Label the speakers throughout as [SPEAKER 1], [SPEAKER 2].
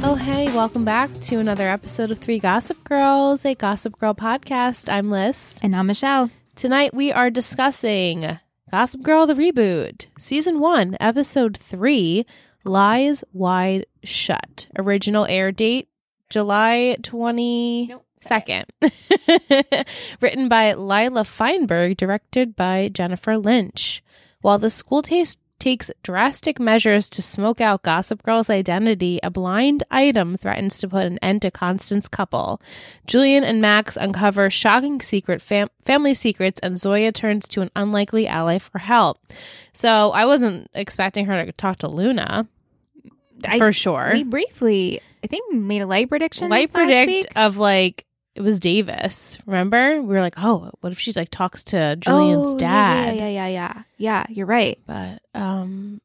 [SPEAKER 1] Oh, welcome back to another episode of Three Gossip Girls, a Gossip Girl podcast. I'm Liz.
[SPEAKER 2] And I'm Michelle.
[SPEAKER 1] Tonight we are discussing Gossip Girl the Reboot, Season 1, Episode 3, Lies Wide Shut. Original air date July 22nd. Written by Lila Feinberg, directed by Jennifer Lynch. While the school taste takes drastic measures to smoke out Gossip Girl's identity, a blind item threatens to put an end to Constance's couple. Julian and Max uncover shocking secret fam- family secrets, and Zoya turns to an unlikely ally for help. So I wasn't expecting her to talk to Luna
[SPEAKER 2] I-
[SPEAKER 1] for sure.
[SPEAKER 2] We briefly, I think, made a light prediction.
[SPEAKER 1] Light
[SPEAKER 2] last
[SPEAKER 1] predict
[SPEAKER 2] week.
[SPEAKER 1] of like it was Davis. Remember, we were like, oh, what if she's like talks to Julian's
[SPEAKER 2] Oh, yeah,
[SPEAKER 1] dad?
[SPEAKER 2] Yeah, yeah, yeah, yeah. Yeah, you're right.
[SPEAKER 1] But um,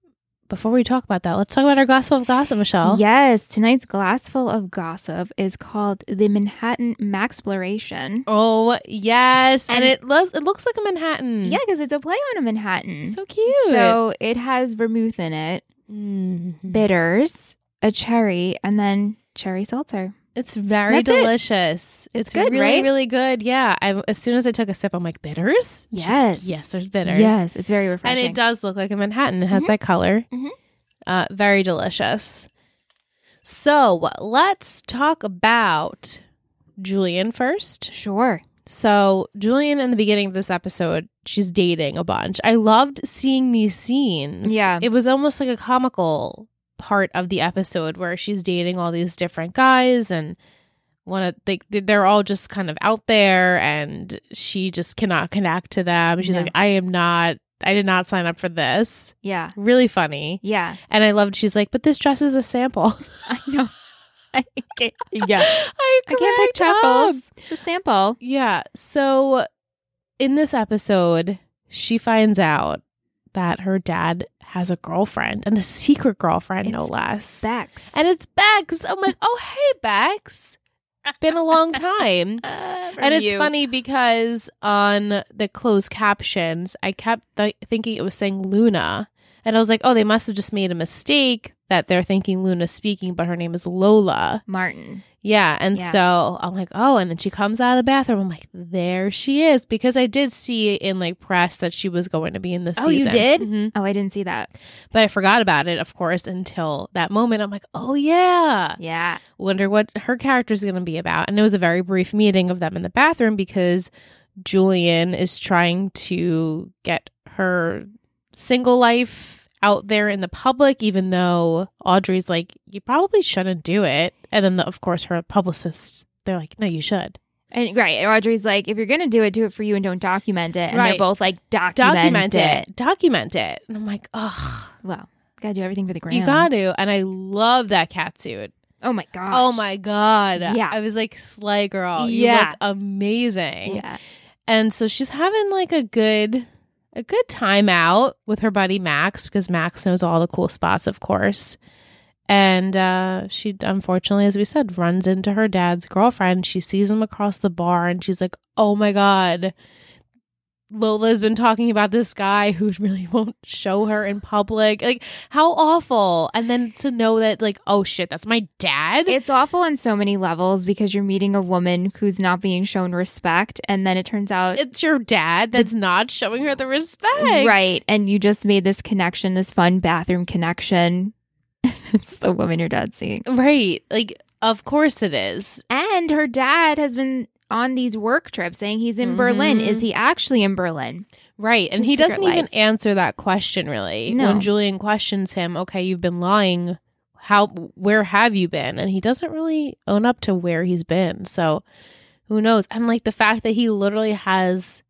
[SPEAKER 1] before we talk about that, let's talk about our gospel of gossip, Michelle.
[SPEAKER 2] Yes, tonight's glassful of gossip is called the Manhattan Maxploration.
[SPEAKER 1] Oh yes, and,
[SPEAKER 2] And-
[SPEAKER 1] it looks it looks like a Manhattan.
[SPEAKER 2] Yeah, because it's a play on a Manhattan.
[SPEAKER 1] Hmm. so cute.
[SPEAKER 2] So it has vermouth in it,
[SPEAKER 1] Mm.
[SPEAKER 2] bitters, a cherry, and then cherry seltzer.
[SPEAKER 1] it's very
[SPEAKER 2] That's it.
[SPEAKER 1] delicious. It's,
[SPEAKER 2] good,
[SPEAKER 1] really,
[SPEAKER 2] right?
[SPEAKER 1] really good. Yeah. I, as soon as I took a sip, I'm like bitters. She's like,
[SPEAKER 2] Yes.
[SPEAKER 1] yes, there's bitters.
[SPEAKER 2] Yes, it's very refreshing.
[SPEAKER 1] and it does look like a Manhattan. It has that color.
[SPEAKER 2] Mhm.
[SPEAKER 1] Uh, very delicious. So let's talk about Julian first.
[SPEAKER 2] Sure.
[SPEAKER 1] So, Julian, in the beginning of this episode, she's dating a bunch. I loved seeing these scenes.
[SPEAKER 2] Yeah.
[SPEAKER 1] It was almost like a comical part of the episode where she's dating all these different guys and one of like they're all just kind of out there and she just cannot connect to them. She's
[SPEAKER 2] No.
[SPEAKER 1] like, I am not, I did not sign up for this.
[SPEAKER 2] Yeah.
[SPEAKER 1] Really funny.
[SPEAKER 2] Yeah.
[SPEAKER 1] And I loved, she's like, but this dress is a sample.
[SPEAKER 2] I know. I can't, yeah.
[SPEAKER 1] I,
[SPEAKER 2] I can't pick
[SPEAKER 1] cracked up.
[SPEAKER 2] truffles. It's a sample.
[SPEAKER 1] Yeah. So in this episode, she finds out that her dad has a girlfriend and a secret girlfriend, no
[SPEAKER 2] It's
[SPEAKER 1] less.
[SPEAKER 2] Sex.
[SPEAKER 1] And it's Bex. I'm like, oh, hey, Bex. Been a long time. and it's funny because on the closed captions, I kept th- thinking it was saying Luna. And I was like, oh, they must have just made a mistake that they're thinking Luna's speaking, but her name is Lola.
[SPEAKER 2] Martin.
[SPEAKER 1] Yeah. And
[SPEAKER 2] Yeah.
[SPEAKER 1] so I'm like, oh, and then she comes out of the bathroom. I'm like, there she is. Because I did see in like press that she was going to be in the
[SPEAKER 2] Oh, you
[SPEAKER 1] season.
[SPEAKER 2] did?
[SPEAKER 1] Mhm.
[SPEAKER 2] Oh, I didn't see that.
[SPEAKER 1] But I forgot about it, of course, until that moment. I'm like, oh, yeah.
[SPEAKER 2] Yeah.
[SPEAKER 1] Wonder what her character's going to be about. And it was a very brief meeting of them in the bathroom because Julian is trying to get her single life out there in the public, even though Audrey's like, you probably shouldn't do it. And then, the, of course, her publicists, they're like, no, you should.
[SPEAKER 2] And right. And Audrey's like, if you're going to do it, do it for you and don't document it. And
[SPEAKER 1] Right.
[SPEAKER 2] they're both like, document,
[SPEAKER 1] Document
[SPEAKER 2] it.
[SPEAKER 1] it. Document it. And I'm like, oh,
[SPEAKER 2] Well, got to do everything for the gram.
[SPEAKER 1] you got to. And I love that catsuit.
[SPEAKER 2] Oh, my gosh.
[SPEAKER 1] Oh my God.
[SPEAKER 2] Yeah.
[SPEAKER 1] I was like, Sly girl. You
[SPEAKER 2] Yeah.
[SPEAKER 1] look amazing.
[SPEAKER 2] Yeah.
[SPEAKER 1] And so she's having like a good a good time out with her buddy Max because Max knows all the cool spots, of course. And uh, she unfortunately, as we said, runs into her dad's girlfriend. She sees him across the bar and she's like, Oh my God. Lola's been talking about this guy who really won't show her in public. Like, how awful. And then to know that, like, oh shit, that's my dad.
[SPEAKER 2] It's awful on so many levels because you're meeting a woman who's not being shown respect. And then it turns out,
[SPEAKER 1] it's your dad that's not showing her the respect.
[SPEAKER 2] right. And you just made this connection, this fun bathroom connection. it's the woman your dad's seeing.
[SPEAKER 1] Right. Like, of course it is.
[SPEAKER 2] And her dad has been on these work trips saying he's in Berlin.
[SPEAKER 1] Mhm.
[SPEAKER 2] Is he actually in Berlin?
[SPEAKER 1] Right. And
[SPEAKER 2] His
[SPEAKER 1] he doesn't
[SPEAKER 2] secret
[SPEAKER 1] even
[SPEAKER 2] life.
[SPEAKER 1] answer that question really.
[SPEAKER 2] No.
[SPEAKER 1] When Julian questions him, okay, you've been lying. How, where have you been? And he doesn't really own up to where he's been. So who knows? And like the fact that he literally has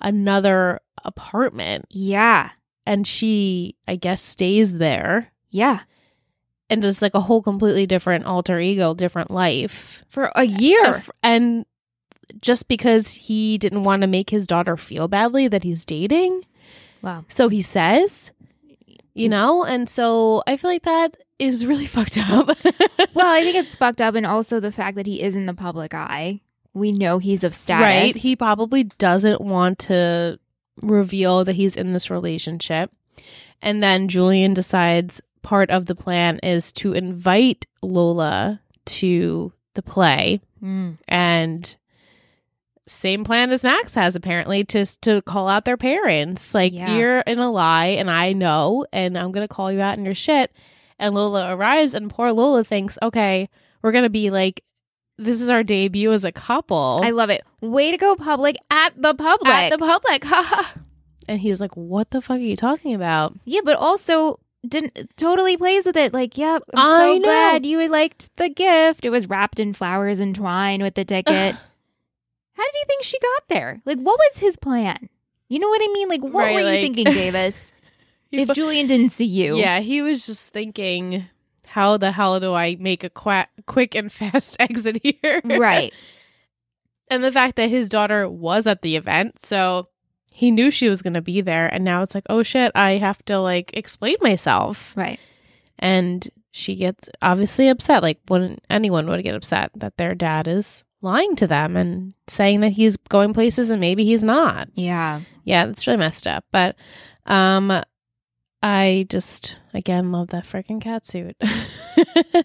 [SPEAKER 1] another apartment
[SPEAKER 2] Yeah.
[SPEAKER 1] and she, I guess, stays there
[SPEAKER 2] Yeah.
[SPEAKER 1] and it's like a whole completely different alter ego, different life.
[SPEAKER 2] For a year.
[SPEAKER 1] a fr- and just because he didn't want to make his daughter feel badly that he's dating
[SPEAKER 2] wow.
[SPEAKER 1] so he says you know and so i feel like that is really fucked up
[SPEAKER 2] Well, I think it's fucked up. And also the fact that he is in the public eye. We know he's of status.
[SPEAKER 1] right he probably doesn't want to reveal that he's in this relationship and then julian decides part of the plan is to invite lola to the play
[SPEAKER 2] Mm.
[SPEAKER 1] and same plan as Max has apparently to to call out their parents. Like
[SPEAKER 2] Yeah.
[SPEAKER 1] you're in a lie and I know and I'm going to call you out in your shit. And Lola arrives and poor Lola thinks, "Okay, we're going to be like this is our debut as a couple."
[SPEAKER 2] I love it. Way to go public at the public.
[SPEAKER 1] at the public. and he's like, "What the fuck are you talking about?"
[SPEAKER 2] yeah, but also didn't totally plays with it. Like, yeah, I'm
[SPEAKER 1] I
[SPEAKER 2] so
[SPEAKER 1] know.
[SPEAKER 2] glad you liked the gift. It was wrapped in flowers and twine with the ticket. How did he think she got there? Like, what was his plan? You know what I mean? Like, what
[SPEAKER 1] Right,
[SPEAKER 2] were
[SPEAKER 1] like-
[SPEAKER 2] you thinking, Davis? if Julian didn't see you,
[SPEAKER 1] Yeah, he was just thinking, "How the hell do I make a qua- quick and fast exit here?"
[SPEAKER 2] right?
[SPEAKER 1] and the fact that his daughter was at the event so he knew she was going to be there and now it's like oh shit i have to like explain myself
[SPEAKER 2] Right.
[SPEAKER 1] and she gets obviously upset like wouldn't anyone would get upset that their dad is lying to them and saying that he's going places and maybe he's not
[SPEAKER 2] Yeah.
[SPEAKER 1] yeah that's really messed up but um i just again love that freaking catsuit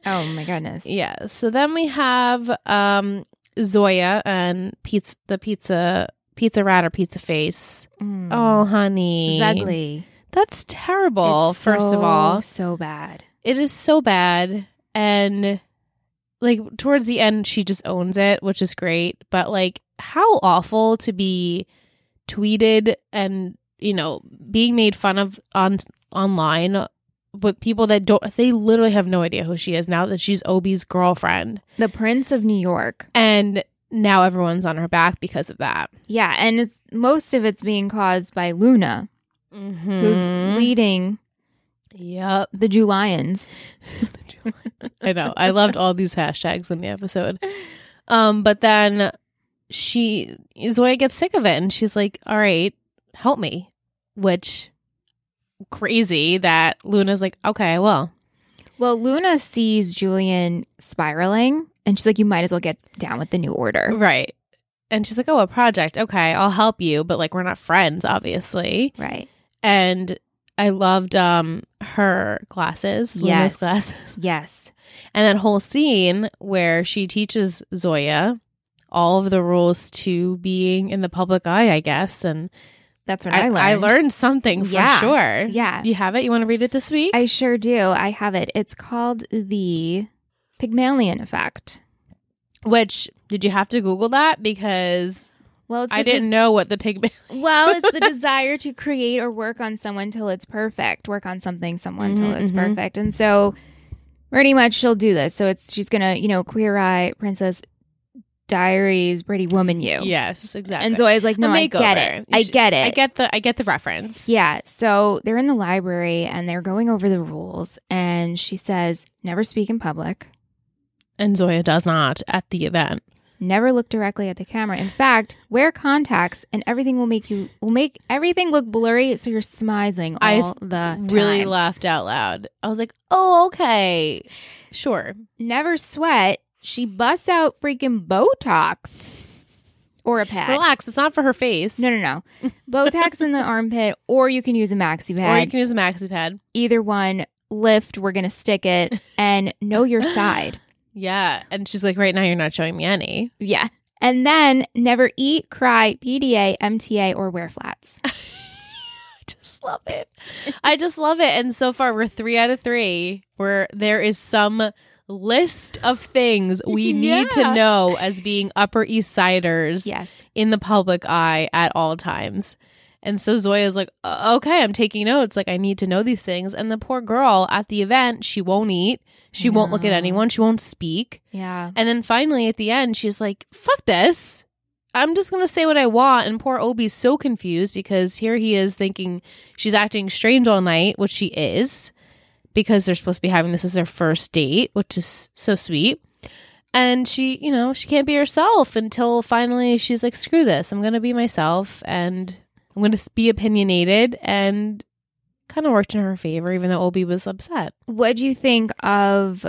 [SPEAKER 2] Oh my goodness.
[SPEAKER 1] Yeah. So then we have um Zoya and pizza the pizza pizza rat or pizza face.
[SPEAKER 2] Mm.
[SPEAKER 1] Oh honey.
[SPEAKER 2] it's ugly.
[SPEAKER 1] That's terrible,
[SPEAKER 2] It's
[SPEAKER 1] first
[SPEAKER 2] so,
[SPEAKER 1] of all.
[SPEAKER 2] so bad.
[SPEAKER 1] It is so bad and like towards the end she just owns it, which is great. But like how awful to be tweeted and, you know, being made fun of on online with people that don't they literally have no idea who she is now that she's Obi's girlfriend.
[SPEAKER 2] The Prince of New York.
[SPEAKER 1] And now everyone's on her back because of that.
[SPEAKER 2] Yeah, and it's, most of it's being caused by Luna,
[SPEAKER 1] Mm-hmm.
[SPEAKER 2] who's leading
[SPEAKER 1] Yep.
[SPEAKER 2] the Julians.
[SPEAKER 1] I know. I loved all these hashtags in the episode. Um, but then she Zoya gets sick of it and she's like, All right, help me. Which crazy that Luna's like, Okay, well.
[SPEAKER 2] Well, Luna sees Julian spiraling, and she's like, "You might as well get down with the new order."
[SPEAKER 1] Right. And she's like, Oh, a project. Okay, I'll help you, but like we're not friends, obviously.
[SPEAKER 2] Right.
[SPEAKER 1] And I loved um her glasses, Luna's
[SPEAKER 2] Yes.
[SPEAKER 1] glasses.
[SPEAKER 2] Yes.
[SPEAKER 1] And that whole scene where she teaches Zoya all of the rules to being in the public eye, I guess. And
[SPEAKER 2] That's what I,
[SPEAKER 1] I,
[SPEAKER 2] learned.
[SPEAKER 1] I learned something for
[SPEAKER 2] Yeah.
[SPEAKER 1] sure.
[SPEAKER 2] Yeah.
[SPEAKER 1] You have it? You want to read it this week?
[SPEAKER 2] I sure do. I have it. It's called the Pygmalion effect.
[SPEAKER 1] Which, did you have to Google that? Because
[SPEAKER 2] Well, it's
[SPEAKER 1] I
[SPEAKER 2] the
[SPEAKER 1] didn't know what the pigment.
[SPEAKER 2] Well, it's the desire to create or work on someone till it's perfect. Work on something, someone till
[SPEAKER 1] Mhm,
[SPEAKER 2] it's
[SPEAKER 1] mhm.
[SPEAKER 2] perfect. And so pretty much she'll do this. So it's she's gonna, you know, queer eye, princess diaries, pretty woman you.
[SPEAKER 1] Yes, exactly.
[SPEAKER 2] And Zoya's like,
[SPEAKER 1] A
[SPEAKER 2] no, I get
[SPEAKER 1] makeover.
[SPEAKER 2] it. I
[SPEAKER 1] She-
[SPEAKER 2] get it.
[SPEAKER 1] I get the I get the reference.
[SPEAKER 2] yeah. So they're in the library and they're going over the rules and she says, Never speak in public.
[SPEAKER 1] And Zoya does not at the event.
[SPEAKER 2] Never look directly at the camera. In fact, wear contacts and everything will make you will make everything look blurry so you're smizing
[SPEAKER 1] I
[SPEAKER 2] all the Uh, time.
[SPEAKER 1] Really laughed out loud. I was like, Oh, okay. Sure.
[SPEAKER 2] never sweat. She busts out freaking Botox or a pad.
[SPEAKER 1] Relax. It's not for her face.
[SPEAKER 2] No, no, no. Botox in the armpit, or you can use a maxi
[SPEAKER 1] Or you
[SPEAKER 2] pad.
[SPEAKER 1] can use a maxi pad.
[SPEAKER 2] Either one, lift, we're going to stick it, and know your side.
[SPEAKER 1] Yeah. And she's like, right now you're not showing me any.
[SPEAKER 2] Yeah. And then never eat, cry, PDA, MTA, or wear flats.
[SPEAKER 1] I just love it. I just love it. And so far we're three out of three where there is some list of things we need to
[SPEAKER 2] Yeah.
[SPEAKER 1] know as being Upper East Siders
[SPEAKER 2] Yes.
[SPEAKER 1] in the public eye at all times. And so Zoya's like, "Uh, okay, I'm taking notes. Like, I need to know these things. And the poor girl at the event, she won't eat. She won't look at
[SPEAKER 2] No.
[SPEAKER 1] anyone. She won't speak.
[SPEAKER 2] Yeah.
[SPEAKER 1] And then finally at the end, she's like, fuck this. I'm just going to say what I want. And poor Obi's so confused because here he is thinking she's acting strange all night, which she is, because they're supposed to be having this as their first date, which is so sweet. And she, you know, she can't be herself until finally she's like, screw this. I'm going to be myself and I'm going to be opinionated and kind of worked in her favor, even though Obi was upset.
[SPEAKER 2] What do you think of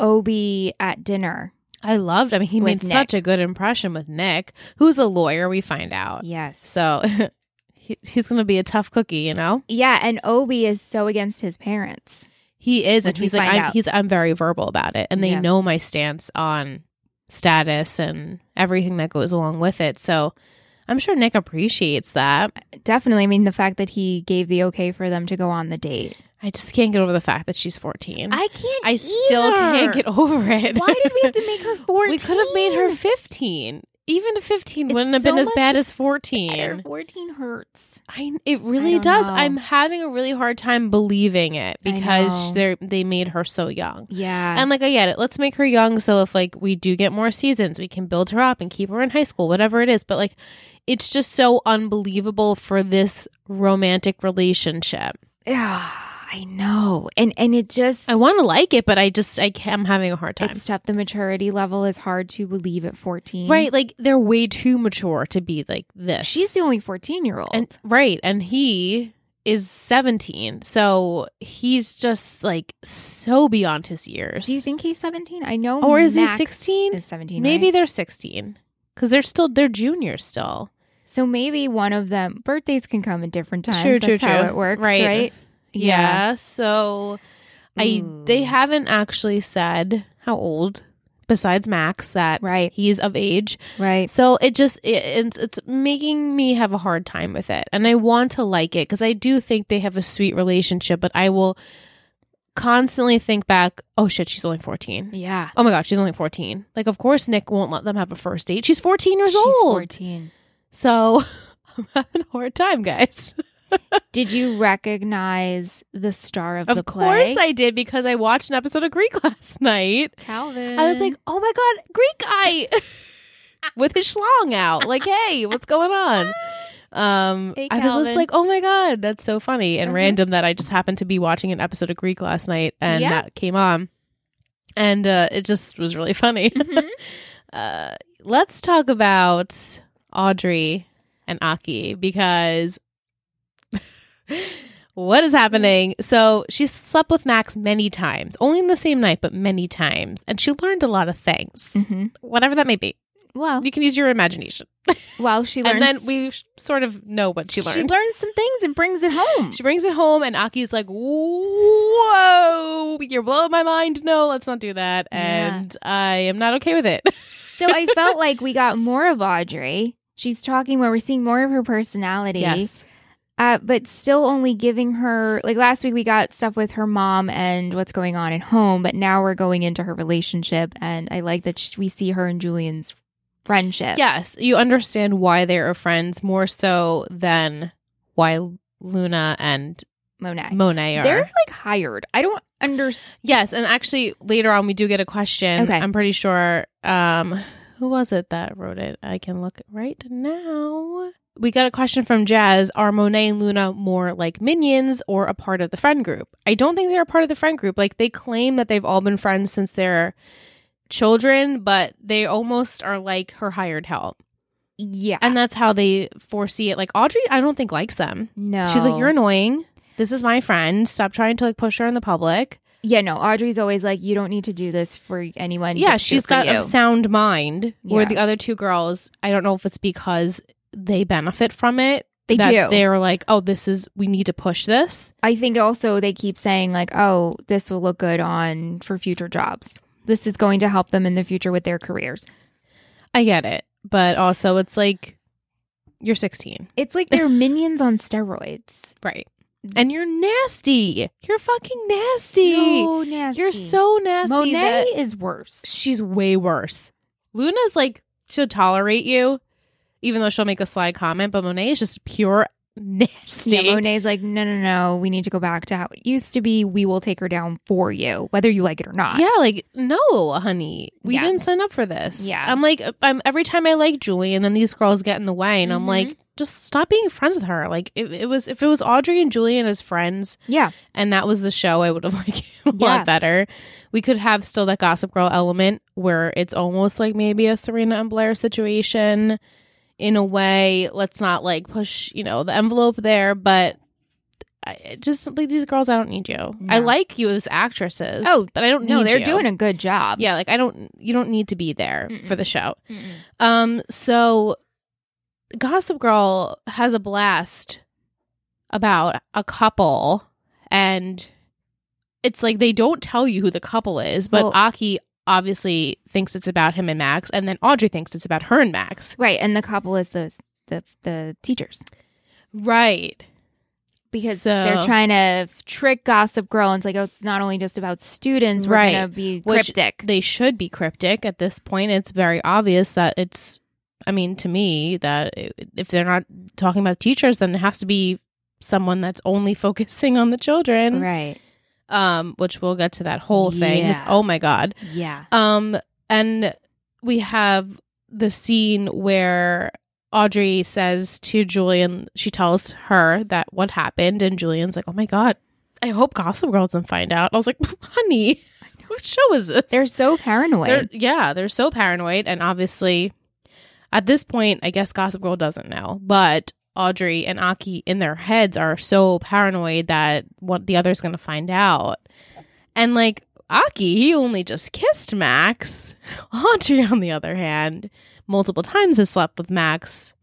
[SPEAKER 2] Obi at dinner?
[SPEAKER 1] I loved. I mean, he
[SPEAKER 2] With
[SPEAKER 1] made such a good impression with Nick, who's a lawyer. We find out,
[SPEAKER 2] Yes.
[SPEAKER 1] so he, he's going to be a tough cookie, you know.
[SPEAKER 2] yeah. And Obi is so against his parents.
[SPEAKER 1] He is,
[SPEAKER 2] Which
[SPEAKER 1] and
[SPEAKER 2] we
[SPEAKER 1] he's like,
[SPEAKER 2] find
[SPEAKER 1] I'm,
[SPEAKER 2] out.
[SPEAKER 1] he's I'm very verbal about it, and they
[SPEAKER 2] Yeah.
[SPEAKER 1] know my stance on status and everything that goes along with it. So I'm sure Nick appreciates that.
[SPEAKER 2] Definitely. I mean, the fact that he gave the okay for them to go on the date.
[SPEAKER 1] I just can't get over the fact that she's 14.
[SPEAKER 2] I can't.
[SPEAKER 1] I still can't get over it.
[SPEAKER 2] Why did we have to make her 14?
[SPEAKER 1] we could have made her 15. Even 15
[SPEAKER 2] It's
[SPEAKER 1] wouldn't have been
[SPEAKER 2] so
[SPEAKER 1] as
[SPEAKER 2] much
[SPEAKER 1] bad as 14.
[SPEAKER 2] Better. 14 hurts.
[SPEAKER 1] I, it really
[SPEAKER 2] don't
[SPEAKER 1] does.
[SPEAKER 2] know.
[SPEAKER 1] I'm having a really hard time believing it
[SPEAKER 2] I
[SPEAKER 1] because
[SPEAKER 2] know.
[SPEAKER 1] they they made her so young.
[SPEAKER 2] Yeah.
[SPEAKER 1] And like I get it, let's make her young so if like we do get more seasons, we can build her up and keep her in high school, whatever it is. But like it's just so unbelievable for this romantic relationship.
[SPEAKER 2] yeah. Ah, I know. And and it just
[SPEAKER 1] I want to like it, but I just I can, I'm having a hard time.
[SPEAKER 2] it's tough. The maturity level is hard to believe at 14.
[SPEAKER 1] Right, like they're way too mature to be like this.
[SPEAKER 2] She's the only 14 year old.
[SPEAKER 1] and right, and he is 17. So he's just like so beyond his years.
[SPEAKER 2] Do you think he's 17? I know.
[SPEAKER 1] Or is he
[SPEAKER 2] Max
[SPEAKER 1] 16?
[SPEAKER 2] Is 17.
[SPEAKER 1] Maybe
[SPEAKER 2] right?
[SPEAKER 1] they're 16 cuz they're still they're juniors still.
[SPEAKER 2] So maybe one of them birthdays can come at different times.
[SPEAKER 1] True,
[SPEAKER 2] That's
[SPEAKER 1] true,
[SPEAKER 2] how
[SPEAKER 1] true.
[SPEAKER 2] it works,
[SPEAKER 1] Right.
[SPEAKER 2] right?
[SPEAKER 1] Yeah. So I they
[SPEAKER 2] Mm.
[SPEAKER 1] haven't actually said how old besides Max that
[SPEAKER 2] Right.
[SPEAKER 1] he's of age.
[SPEAKER 2] Right.
[SPEAKER 1] So it just it, it's it's making me have a hard time with it. And I want to like it cuz I do think they have a sweet relationship, but I will constantly think back, oh shit, she's only 14.
[SPEAKER 2] Yeah.
[SPEAKER 1] Oh my god, she's only 14. Like of course Nick won't let them have a first date. She's 14 years
[SPEAKER 2] She's
[SPEAKER 1] old.
[SPEAKER 2] 14.
[SPEAKER 1] So I'm having a hard time, guys.
[SPEAKER 2] Did you recognize the star of, the
[SPEAKER 1] Of
[SPEAKER 2] play?
[SPEAKER 1] course I did because I watched an episode of Greek last night.
[SPEAKER 2] Calvin.
[SPEAKER 1] I was like, oh my God, Greek guy with his schlong out. Like, hey, what's going on? Um,
[SPEAKER 2] Hey,
[SPEAKER 1] I was just
[SPEAKER 2] Calvin.
[SPEAKER 1] like, oh my God, that's so funny and
[SPEAKER 2] Mhm.
[SPEAKER 1] random that I just happened to be watching an episode of Greek last night and
[SPEAKER 2] Yeah.
[SPEAKER 1] that came on. And uh, it just was really funny.
[SPEAKER 2] Mhm.
[SPEAKER 1] Uh, let's talk about Audrey and Aki because what is happening? So she slept with Max many times, only in the same night, but many times, and she learned a lot of things,
[SPEAKER 2] Mhm.
[SPEAKER 1] whatever that may be.
[SPEAKER 2] well,
[SPEAKER 1] You can use your imagination,
[SPEAKER 2] well, Oh. she learns.
[SPEAKER 1] and then we sh- sort of know what she learned.
[SPEAKER 2] She learns some things and brings it home.
[SPEAKER 1] She brings it home, and Aki's like, "Whoa, you're blowing my mind! No, let's not do that."
[SPEAKER 2] Yeah.
[SPEAKER 1] And I am not okay with it.
[SPEAKER 2] so I felt like we got more of Audrey. She's talking where we're seeing more of her personality. Uh, but still only giving her like last week we got stuff with her mom and what's going on at home, but now we're going into her relationship and I like that sh- we see her and Julian's friendship.
[SPEAKER 1] Yes, you understand why they are friends more so than why Luna and
[SPEAKER 2] Monet.
[SPEAKER 1] Monet are.
[SPEAKER 2] They're like hired. I don't understand.
[SPEAKER 1] yes, and actually later on we do get a question.
[SPEAKER 2] Okay.
[SPEAKER 1] I'm pretty sure um who was it that wrote it? I can look right now. We got a question from Jazz. Are Monet and Luna more like minions or a part of the friend group? I don't think they're a part of the friend group. Like they claim that they've all been friends since they're children, but they almost are like her hired help.
[SPEAKER 2] Yeah.
[SPEAKER 1] And that's how they foresee it. Like Audrey, I don't think likes them.
[SPEAKER 2] no.
[SPEAKER 1] She's like, "You're annoying. This is my friend. Stop trying to like push her in the public."
[SPEAKER 2] Yeah, no. Audrey's always like, you don't need to do this for anyone.
[SPEAKER 1] yeah,
[SPEAKER 2] but
[SPEAKER 1] she's
[SPEAKER 2] for
[SPEAKER 1] got
[SPEAKER 2] you.
[SPEAKER 1] a sound mind. Where
[SPEAKER 2] Yeah.
[SPEAKER 1] the other two girls, I don't know if it's because they benefit from it.
[SPEAKER 2] They
[SPEAKER 1] that
[SPEAKER 2] do.
[SPEAKER 1] They're like, "Oh, this is we need to push this."
[SPEAKER 2] I think also they keep saying like, "Oh, this will look good on for future jobs. This is going to help them in the future with their careers."
[SPEAKER 1] I get it, but also it's like you're 16,
[SPEAKER 2] It's like they're minions on steroids.
[SPEAKER 1] right? And you're nasty. You're fucking nasty.
[SPEAKER 2] So nasty.
[SPEAKER 1] You're so nasty.
[SPEAKER 2] Monet
[SPEAKER 1] that-
[SPEAKER 2] is worse.
[SPEAKER 1] she's way worse. Luna's like she'll tolerate you, even though she'll make a sly comment. But Monet is just pure nasty.
[SPEAKER 2] Yeah, Monet's like, no, no, no. We need to go back to how it used to be. We will take her down for you, whether you like it or not.
[SPEAKER 1] Yeah, like no, honey, we
[SPEAKER 2] Yeah.
[SPEAKER 1] didn't sign up for this.
[SPEAKER 2] Yeah.
[SPEAKER 1] I'm like, I'm every time I like Julie, and then these girls get in the way, and I'm
[SPEAKER 2] Mhm.
[SPEAKER 1] like, just stop being friends with her. Like, if it was if it was Audrey and Julian as friends,
[SPEAKER 2] Yeah.
[SPEAKER 1] and that was the show, I would have liked it a
[SPEAKER 2] Yeah.
[SPEAKER 1] lot better. We could have still that Gossip Girl element where it's almost like maybe a Serena and Blair situation in a way. Let's not like push, you know, the envelope there, but I it just like these girls, I don't need you. I
[SPEAKER 2] No.
[SPEAKER 1] like you as actresses.
[SPEAKER 2] Oh,
[SPEAKER 1] but I don't
[SPEAKER 2] No,
[SPEAKER 1] need
[SPEAKER 2] they're
[SPEAKER 1] you.
[SPEAKER 2] doing a good job.
[SPEAKER 1] Yeah, like I don't you don't need to be there for the show.
[SPEAKER 2] Mm-mm.
[SPEAKER 1] Um so Gossip Girl has a blast about a couple and it's like they don't tell you who the couple is, but
[SPEAKER 2] Well-
[SPEAKER 1] Aki obviously thinks it's about him and Max, and then Audrey thinks it's about her and Max.
[SPEAKER 2] Right, and the couple is the the the teachers
[SPEAKER 1] Right.
[SPEAKER 2] because
[SPEAKER 1] So-
[SPEAKER 2] they're trying to f- trick Gossip Girl. And it's like, oh, it's not only just about students. We're
[SPEAKER 1] Right.
[SPEAKER 2] gonna be
[SPEAKER 1] Which-
[SPEAKER 2] cryptic.
[SPEAKER 1] They should be cryptic at this point. It's very obvious that it's, I mean, to me, that if they're not talking about teachers, then it has to be someone that's only focusing on the children.
[SPEAKER 2] right.
[SPEAKER 1] Um, which we'll get to that whole thing. It's,
[SPEAKER 2] Yeah.
[SPEAKER 1] oh my God.
[SPEAKER 2] Yeah.
[SPEAKER 1] Um, and we have the scene where Audrey says to Julian, she tells her that what happened, and Julian's like, "Oh my god, I hope Gossip Girl doesn't find out." I was like, "Honey, what show is this?"
[SPEAKER 2] They're so paranoid.
[SPEAKER 1] They're- yeah, they're so paranoid, and obviously, at this point, I guess Gossip Girl doesn't know, but. Audrey and Aki in their heads are so paranoid that what the other's going to find out. And like Aki, he only just kissed Max. Audrey, on the other hand, multiple times has slept with Max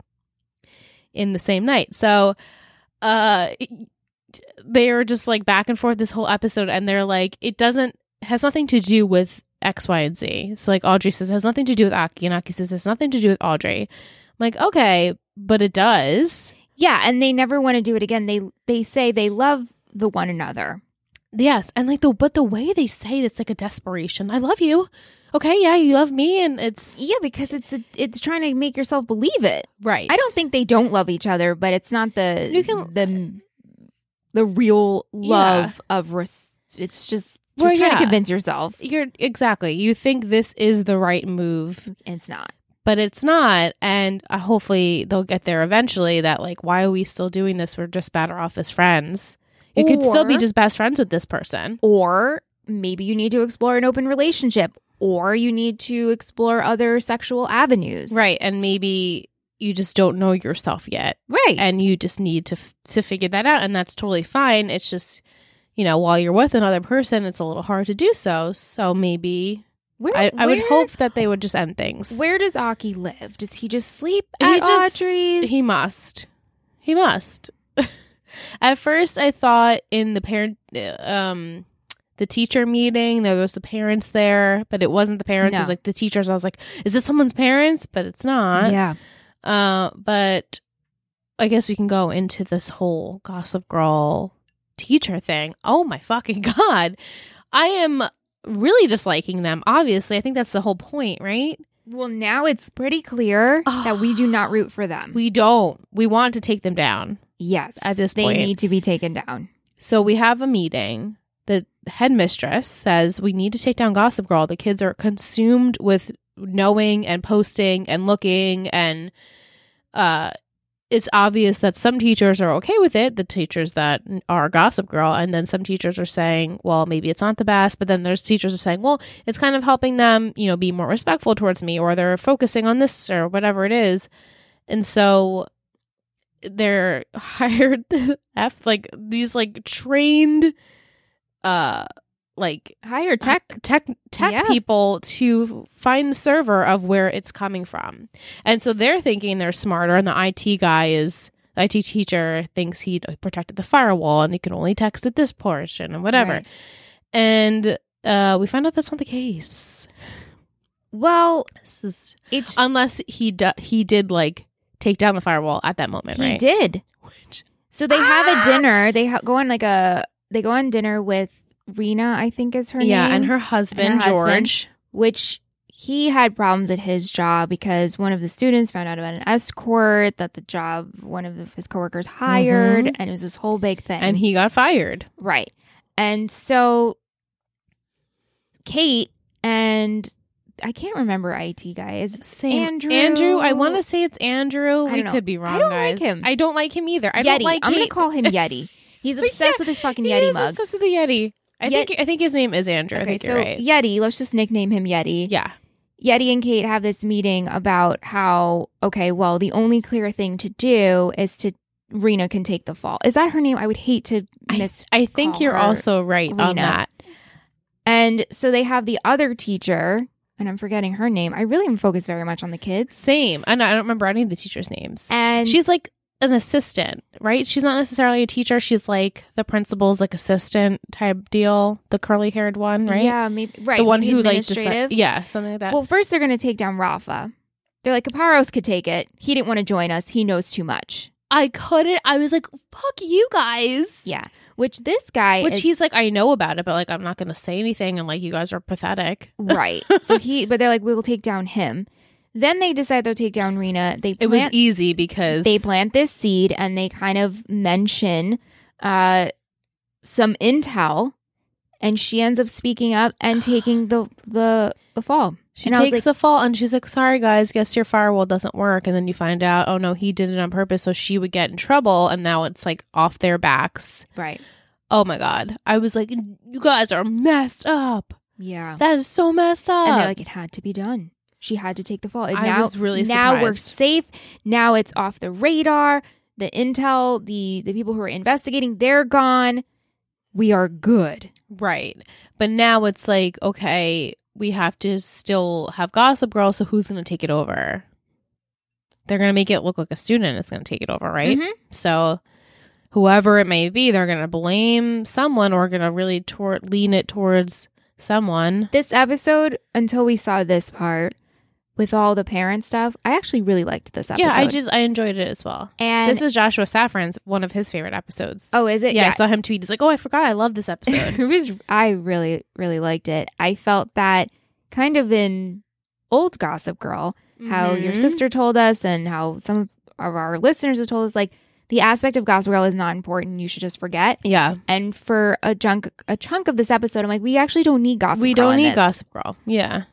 [SPEAKER 1] in the same night. So, uh, they are just like back and forth this whole episode, and they're like, it doesn't has nothing to do with X, Y, and Z. So, like Audrey says, it has nothing to do with Aki, and Aki says it has nothing to do with Audrey. I'm like, okay, but it does.
[SPEAKER 2] yeah, and they never want to do it again. They they say they love the one another.
[SPEAKER 1] Yes, and like the but the way they say it, it's like a desperation. I love you. Okay, yeah, you love me, and it's
[SPEAKER 2] Yeah, because it's a, it's trying to make yourself believe it.
[SPEAKER 1] right.
[SPEAKER 2] I don't think they don't love each other, but it's not the
[SPEAKER 1] You can-
[SPEAKER 2] the the real love of res- it's just you're
[SPEAKER 1] Well,
[SPEAKER 2] trying
[SPEAKER 1] yeah.
[SPEAKER 2] to convince yourself
[SPEAKER 1] You're exactly. You think this is the right move,
[SPEAKER 2] and it's not.
[SPEAKER 1] but it's not. And uh, hopefully they'll get there eventually. That like, why are we still doing this? We're just better off as friends. You could still be
[SPEAKER 2] Or-
[SPEAKER 1] just best friends with this person.
[SPEAKER 2] Or maybe you need to explore an open relationship or you need to explore other sexual avenues.
[SPEAKER 1] Right. And maybe you just don't know yourself yet.
[SPEAKER 2] Right.
[SPEAKER 1] And you just need to, f- to figure that out. And that's totally fine. It's just, you know, while you're with another person, it's a little hard to do so. So maybe
[SPEAKER 2] where,
[SPEAKER 1] I, I would
[SPEAKER 2] where-
[SPEAKER 1] hope that they would just end things.
[SPEAKER 2] Where does Aki live? Does he just sleep
[SPEAKER 1] he
[SPEAKER 2] at
[SPEAKER 1] just-
[SPEAKER 2] Audrey's?
[SPEAKER 1] He must. He must. At first, I thought in the parent, uh, um, the teacher meeting, there was the parents there, but it wasn't the parents. It was
[SPEAKER 2] No.
[SPEAKER 1] like the teachers. I was like, is this someone's parents? But it's not.
[SPEAKER 2] Yeah.
[SPEAKER 1] Uh, but I guess we can go into this whole Gossip Girl teacher thing. Oh my fucking god, I am really disliking them. Obviously, I think that's the whole point, right?
[SPEAKER 2] Well, now it's pretty clear
[SPEAKER 1] Oh.
[SPEAKER 2] that we do not root for them.
[SPEAKER 1] We don't. We want to take them down.
[SPEAKER 2] yes.
[SPEAKER 1] At this
[SPEAKER 2] they
[SPEAKER 1] point.
[SPEAKER 2] need to be taken down.
[SPEAKER 1] So we have a meeting. The headmistress says we need to take down Gossip Girl. The kids are consumed with knowing and posting and looking and uh it's obvious that some teachers are okay with it, the teachers that are Gossip Girl, and then some teachers are saying, well, maybe it's not the best, but then there's teachers are saying, well, it's kind of helping them, you know, be more respectful towards me or they're focusing on this or whatever it is. And so they're hired f like these like trained uh like
[SPEAKER 2] Higher tech.
[SPEAKER 1] tech tech
[SPEAKER 2] Yeah.
[SPEAKER 1] people to find the server of where it's coming from and so they're thinking they're smarter and the it guy is the it teacher thinks he protected the firewall and he can only text at this portion and whatever
[SPEAKER 2] Right.
[SPEAKER 1] and uh we find out that's not the case
[SPEAKER 2] Well,
[SPEAKER 1] this is
[SPEAKER 2] it's
[SPEAKER 1] unless he do- he did like take down the firewall at that moment
[SPEAKER 2] he
[SPEAKER 1] right
[SPEAKER 2] did.
[SPEAKER 1] Which-
[SPEAKER 2] So they have
[SPEAKER 1] Ah!
[SPEAKER 2] a dinner. They ha- go on like a they go on dinner with Rena, I think is her
[SPEAKER 1] yeah
[SPEAKER 2] name.
[SPEAKER 1] and her husband
[SPEAKER 2] husband.
[SPEAKER 1] george
[SPEAKER 2] which he had problems at his job because one of the students found out about an escort that the job one of the, his coworkers hired, and it was this whole big thing.
[SPEAKER 1] Mm-hmm. and he got fired
[SPEAKER 2] right, and so Kate and I can't remember IT guys.
[SPEAKER 1] Same.
[SPEAKER 2] Andrew-
[SPEAKER 1] Andrew. I want to say it's Andrew.
[SPEAKER 2] I
[SPEAKER 1] We
[SPEAKER 2] don't know.
[SPEAKER 1] could be wrong,
[SPEAKER 2] I don't
[SPEAKER 1] guys.
[SPEAKER 2] like him.
[SPEAKER 1] I don't like him either. I
[SPEAKER 2] Yeti,
[SPEAKER 1] don't like
[SPEAKER 2] I'm
[SPEAKER 1] Kate.
[SPEAKER 2] gonna call him Yeti. He's
[SPEAKER 1] But
[SPEAKER 2] obsessed
[SPEAKER 1] yeah,
[SPEAKER 2] with his fucking
[SPEAKER 1] he
[SPEAKER 2] Yeti
[SPEAKER 1] is
[SPEAKER 2] mug.
[SPEAKER 1] obsessed with the Yeti. I
[SPEAKER 2] Yet-
[SPEAKER 1] think I think his name is Andrew. I
[SPEAKER 2] Okay,
[SPEAKER 1] think
[SPEAKER 2] so
[SPEAKER 1] you're right.
[SPEAKER 2] Yeti, let's just nickname him Yeti.
[SPEAKER 1] Yeah.
[SPEAKER 2] Yeti and Kate have this meeting about how, okay, well, the only clear thing to do is to Rena can take the fall. Is that her name? I would hate to
[SPEAKER 1] I,
[SPEAKER 2] miss.
[SPEAKER 1] I think
[SPEAKER 2] call
[SPEAKER 1] you're
[SPEAKER 2] her
[SPEAKER 1] also right on
[SPEAKER 2] Rena.
[SPEAKER 1] that.
[SPEAKER 2] and so they have the other teacher, and I'm forgetting her name. I really am focused very much on the kids.
[SPEAKER 1] Same. I, know, I don't remember any of the teachers' names.
[SPEAKER 2] And
[SPEAKER 1] She's like an assistant, right? She's not necessarily a teacher. She's like the principal's like assistant type deal, the curly haired one, right?
[SPEAKER 2] Yeah, maybe right.
[SPEAKER 1] The one
[SPEAKER 2] maybe
[SPEAKER 1] who like just like,
[SPEAKER 2] administrative.
[SPEAKER 1] yeah, something like that.
[SPEAKER 2] Well, first they're going to take down Rafa. They're like Caparos could take it. He didn't want to join us. He knows too much.
[SPEAKER 1] I couldn't. I was like, "Fuck you guys."
[SPEAKER 2] Yeah, which this guy,
[SPEAKER 1] Which
[SPEAKER 2] is-
[SPEAKER 1] he's like, I know about it, but like, I'm not going to say anything, and like, you guys are pathetic.
[SPEAKER 2] right. So he, but they're like, we'll take down him. Then they decide they'll take down Rena. They
[SPEAKER 1] It was
[SPEAKER 2] plant,
[SPEAKER 1] easy because
[SPEAKER 2] they plant this seed and they kind of mention uh, some intel, and she ends up speaking up and taking the the the fall.
[SPEAKER 1] She
[SPEAKER 2] And I was
[SPEAKER 1] takes
[SPEAKER 2] like-
[SPEAKER 1] the fall and she's like, sorry guys, guess your firewall doesn't work. And then you find out, oh no, he did it on purpose so she would get in trouble. And now it's like off their backs.
[SPEAKER 2] Right.
[SPEAKER 1] Oh my God. I was like, you guys are messed up.
[SPEAKER 2] Yeah.
[SPEAKER 1] That is so messed up.
[SPEAKER 2] and they're like, it had to be done. She had to take the fall. And
[SPEAKER 1] I
[SPEAKER 2] now,
[SPEAKER 1] was really
[SPEAKER 2] now we're
[SPEAKER 1] surprised.
[SPEAKER 2] safe. Now it's off the radar. The intel, the the people who are investigating, they're gone. We are good.
[SPEAKER 1] right. But now it's like, okay, we have to still have Gossip Girl. So who's going to take it over? They're going to make it look like a student is going to take it over, right?
[SPEAKER 2] Mhm.
[SPEAKER 1] So whoever it may be, they're going to blame someone or going to really tor- lean it towards someone.
[SPEAKER 2] This episode, until we saw this part with all the parent stuff, I actually really liked this episode.
[SPEAKER 1] Yeah, I just I enjoyed it as well.
[SPEAKER 2] And
[SPEAKER 1] this is Joshua Safran's one of his favorite episodes.
[SPEAKER 2] oh, is it?
[SPEAKER 1] yeah, I saw him tweet. He's like, "Oh, I forgot. I love this episode."
[SPEAKER 2] it was. I really, really liked it. I felt that kind of in old Gossip Girl, how your
[SPEAKER 1] Mhm.
[SPEAKER 2] sister told us and how some of our listeners have told us like the aspect of gossip girl is not important you should just forget
[SPEAKER 1] Yeah,
[SPEAKER 2] and for a chunk a chunk of this episode i'm like we actually don't need gossip
[SPEAKER 1] we
[SPEAKER 2] Girl
[SPEAKER 1] don't
[SPEAKER 2] in
[SPEAKER 1] need
[SPEAKER 2] this
[SPEAKER 1] Gossip Girl. Yeah,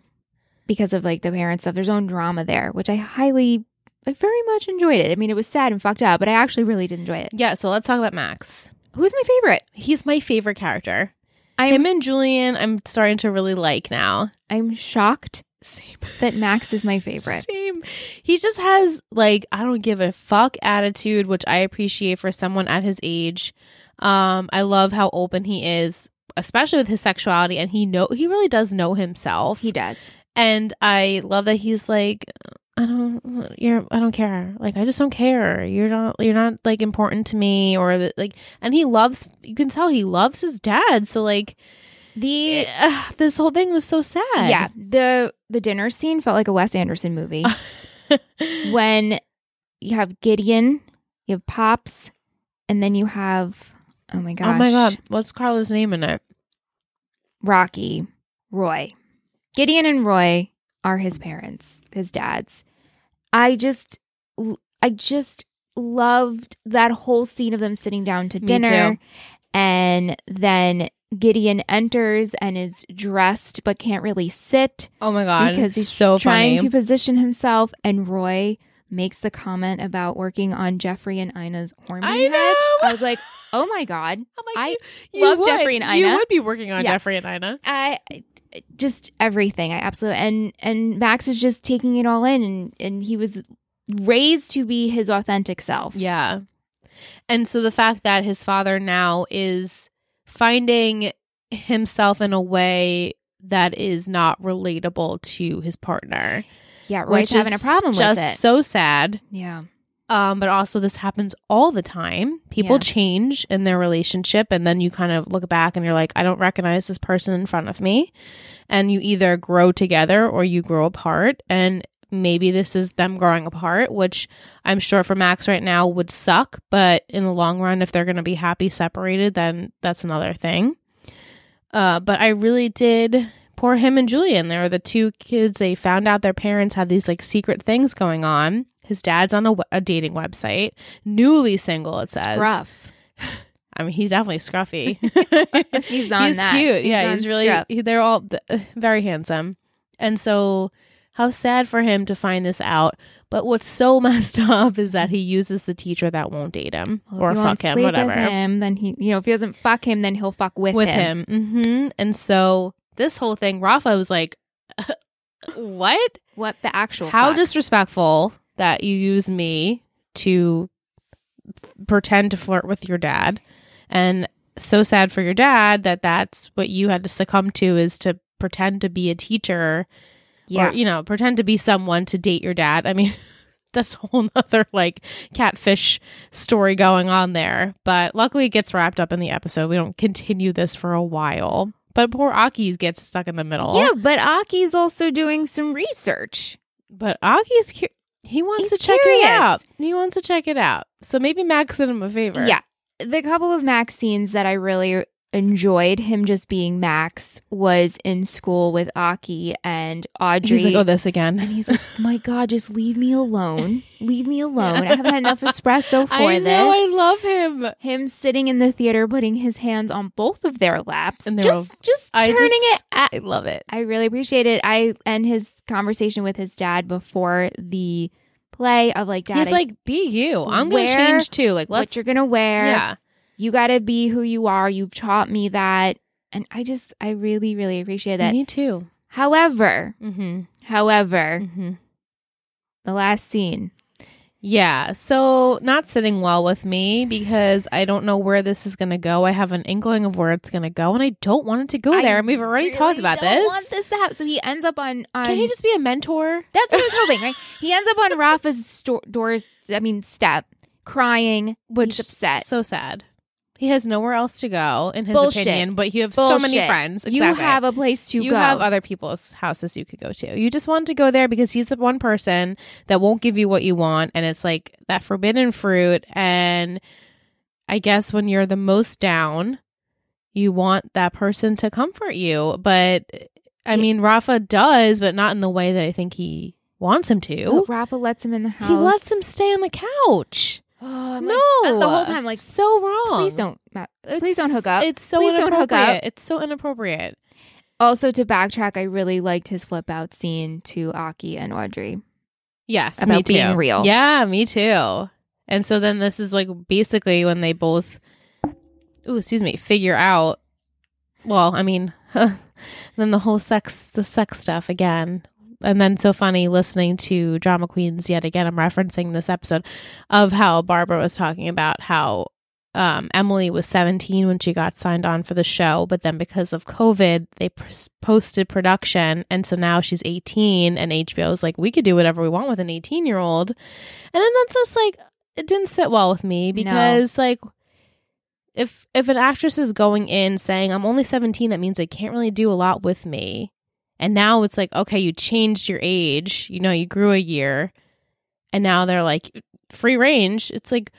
[SPEAKER 2] because of like the parent stuff there's own drama there which i highly i very much enjoyed it i mean it was sad and fucked up but i actually really did enjoy it
[SPEAKER 1] yeah. So let's talk about Max.
[SPEAKER 2] who's my favorite
[SPEAKER 1] He's my favorite character.
[SPEAKER 2] I'm-
[SPEAKER 1] Him and Julian, I'm starting to really like now.
[SPEAKER 2] i'm shocked
[SPEAKER 1] Same,
[SPEAKER 2] that max is my favorite
[SPEAKER 1] same. He just has like I don't give a fuck attitude, which I appreciate for someone at his age. Um, I love how open he is, especially with his sexuality, and he know he really does know himself.
[SPEAKER 2] he does
[SPEAKER 1] and I love that he's like, I don't, you're, I don't care. Like, I just don't care. You're not, you're not like important to me, or that like. And he loves. You can tell he loves his dad. So like,
[SPEAKER 2] the
[SPEAKER 1] eh, ugh, this whole thing was so sad.
[SPEAKER 2] yeah the the dinner scene felt like a wes anderson movie
[SPEAKER 1] Oh
[SPEAKER 2] when you have Gideon, you have Pops, and then you have oh my gosh,
[SPEAKER 1] oh my god, what's Carlos' name in it?
[SPEAKER 2] Rocky, Roy. Gideon and Roy are his parents, his dads. I just I just loved that whole scene of them sitting down to
[SPEAKER 1] Me
[SPEAKER 2] dinner
[SPEAKER 1] too.
[SPEAKER 2] and then Gideon enters and is dressed but can't really sit
[SPEAKER 1] Oh my god,
[SPEAKER 2] because he's
[SPEAKER 1] so
[SPEAKER 2] trying
[SPEAKER 1] funny.
[SPEAKER 2] to position himself. And Roy makes the comment about working on Jeffrey and Ina's hormone
[SPEAKER 1] I
[SPEAKER 2] hedge.
[SPEAKER 1] know.
[SPEAKER 2] I was like, oh my god,
[SPEAKER 1] I'm
[SPEAKER 2] I
[SPEAKER 1] you
[SPEAKER 2] love
[SPEAKER 1] would-
[SPEAKER 2] Jeffrey and
[SPEAKER 1] You
[SPEAKER 2] Ina.
[SPEAKER 1] would be working on
[SPEAKER 2] Yeah.
[SPEAKER 1] Jeffrey and Ina.
[SPEAKER 2] I just everything. I absolutely and and Max is just taking it all in, and and he was raised to be his authentic self.
[SPEAKER 1] Yeah. And so the fact that his father now is finding himself in a way that is not relatable to his partner,
[SPEAKER 2] yeah.
[SPEAKER 1] which
[SPEAKER 2] Roy's having a
[SPEAKER 1] is
[SPEAKER 2] problem
[SPEAKER 1] just
[SPEAKER 2] with it.
[SPEAKER 1] so sad.
[SPEAKER 2] yeah,
[SPEAKER 1] Um, but also this happens all the time. People
[SPEAKER 2] Yeah.
[SPEAKER 1] change in their relationship, and then you kind of look back and you're like, I don't recognize this person in front of me. And you either grow together or you grow apart. And maybe this is them growing apart, which I'm sure for Max right now would suck. But in the long run, if they're going to be happy separated, then that's another thing. Uh, but I really did. Poor him and Julian. They were the two kids. They found out their parents had these like secret things going on. His dad's on a, we- a dating website, newly single. It says.
[SPEAKER 2] scruff.
[SPEAKER 1] I mean, he's definitely scruffy.
[SPEAKER 2] He's on
[SPEAKER 1] he's
[SPEAKER 2] that.
[SPEAKER 1] cute. yeah,
[SPEAKER 2] on
[SPEAKER 1] he's really.
[SPEAKER 2] Scruff.
[SPEAKER 1] he- they're all th- uh, very handsome, and so how sad for him to find this out. But what's so messed up is that he uses the teacher that won't date him
[SPEAKER 2] Well, if
[SPEAKER 1] or
[SPEAKER 2] he won't
[SPEAKER 1] fuck him,
[SPEAKER 2] sleep with
[SPEAKER 1] whatever
[SPEAKER 2] him, then he, you know, if he doesn't fuck him, then he'll fuck with,
[SPEAKER 1] with
[SPEAKER 2] him.
[SPEAKER 1] him. hmm And so this whole thing, Rafa was like, "What?
[SPEAKER 2] What the actual?
[SPEAKER 1] How
[SPEAKER 2] fuck?
[SPEAKER 1] disrespectful that you use me to f- pretend to flirt with your dad. And so sad for your dad that that's what you had to succumb to is to pretend to be a teacher
[SPEAKER 2] yeah?
[SPEAKER 1] or, you know, pretend to be someone to date your dad. I mean, this whole other like catfish story going on there. But luckily, it gets wrapped up in the episode. We don't continue this for a while. But poor Aki gets stuck in the middle.
[SPEAKER 2] Yeah, but Aki's also doing some research.
[SPEAKER 1] But Aki is cu- he wants
[SPEAKER 2] He's
[SPEAKER 1] to check
[SPEAKER 2] curious.
[SPEAKER 1] it out. He wants to check it out. So maybe Max did him a favor.
[SPEAKER 2] Yeah. The couple of Max scenes that I really enjoyed him just being Max was in school with Aki and Audrey.
[SPEAKER 1] He's like, oh, this
[SPEAKER 2] and
[SPEAKER 1] again.
[SPEAKER 2] he's like, "My God, just leave me alone! Leave me alone! I haven't had enough espresso for
[SPEAKER 1] I
[SPEAKER 2] this."
[SPEAKER 1] know. I love him.
[SPEAKER 2] him sitting in the theater, putting his hands on both of their laps,
[SPEAKER 1] And they were-
[SPEAKER 2] just just
[SPEAKER 1] I
[SPEAKER 2] turning
[SPEAKER 1] just-
[SPEAKER 2] it. At,
[SPEAKER 1] I love it.
[SPEAKER 2] I really appreciate it. I and his conversation with his dad before the play of like, Dad,
[SPEAKER 1] He's
[SPEAKER 2] I-
[SPEAKER 1] like, be you. I'm gonna
[SPEAKER 2] Wear
[SPEAKER 1] change too. Like,
[SPEAKER 2] what
[SPEAKER 1] let's.
[SPEAKER 2] you're gonna wear?
[SPEAKER 1] yeah.
[SPEAKER 2] you gotta be who you are. You've taught me that, and I just, I really, really appreciate that.
[SPEAKER 1] Me too.
[SPEAKER 2] However,
[SPEAKER 1] Mm-hmm.
[SPEAKER 2] however,
[SPEAKER 1] Mm-hmm.
[SPEAKER 2] the last scene.
[SPEAKER 1] Yeah, so not sitting well with me because I don't know where this is going to go. I have an inkling of where it's going to go, and I don't want it to go
[SPEAKER 2] I
[SPEAKER 1] there. And we've already
[SPEAKER 2] really
[SPEAKER 1] talked about
[SPEAKER 2] don't
[SPEAKER 1] this.
[SPEAKER 2] Want this to happen. So he ends up on. on
[SPEAKER 1] Can he just be a mentor?
[SPEAKER 2] That's what I was hoping, right? He ends up on Rafa's sto- doors, I mean, step, crying,
[SPEAKER 1] Which
[SPEAKER 2] He's upset.
[SPEAKER 1] So sad. He has nowhere else to go, in his
[SPEAKER 2] Bullshit.
[SPEAKER 1] opinion. But you have so many
[SPEAKER 2] Bullshit.
[SPEAKER 1] friends.
[SPEAKER 2] You
[SPEAKER 1] Exactly.
[SPEAKER 2] have a place to
[SPEAKER 1] you
[SPEAKER 2] go.
[SPEAKER 1] have other people's houses you could go to. You just want to go there because he's the one person that won't give you what you want, and it's like that forbidden fruit. And I guess when you're the most down, you want that person to comfort you. But I mean, Rafa does, but not in the way that I think he wants him to.
[SPEAKER 2] But Rafa lets him in the house.
[SPEAKER 1] He lets him stay on the couch.
[SPEAKER 2] Oh, I'm
[SPEAKER 1] no,
[SPEAKER 2] like- and the whole time, like,
[SPEAKER 1] so wrong.
[SPEAKER 2] please don't. ma- please
[SPEAKER 1] It's-
[SPEAKER 2] don't hook up.
[SPEAKER 1] It's so
[SPEAKER 2] Please don't
[SPEAKER 1] inappropriate.
[SPEAKER 2] hook up.
[SPEAKER 1] It's so inappropriate.
[SPEAKER 2] Also, to backtrack, I really liked his flip out scene to Aki and Audrey.
[SPEAKER 1] Yes,
[SPEAKER 2] about
[SPEAKER 1] me too.
[SPEAKER 2] being real.
[SPEAKER 1] Yeah, me too. And so then this is like basically when they both, ooh, excuse me, figure out. Well, I mean, then the whole sex, the sex stuff again, and then so funny listening to drama queens yet again. I'm referencing this episode of how Barbara was talking about how um, Emily was 17 when she got signed on for the show, but then because of COVID, they pos- posted production. And so now she's 18, and HBO is like, we could do whatever we want with an 18 year old. And then that's just like, it didn't sit well with me because, like, if if an actress is going in saying I'm only 17, that means they can't really do a lot with me. And now it's like, okay, you changed your age. You know, you grew a year. And now they're like, free range. It's like,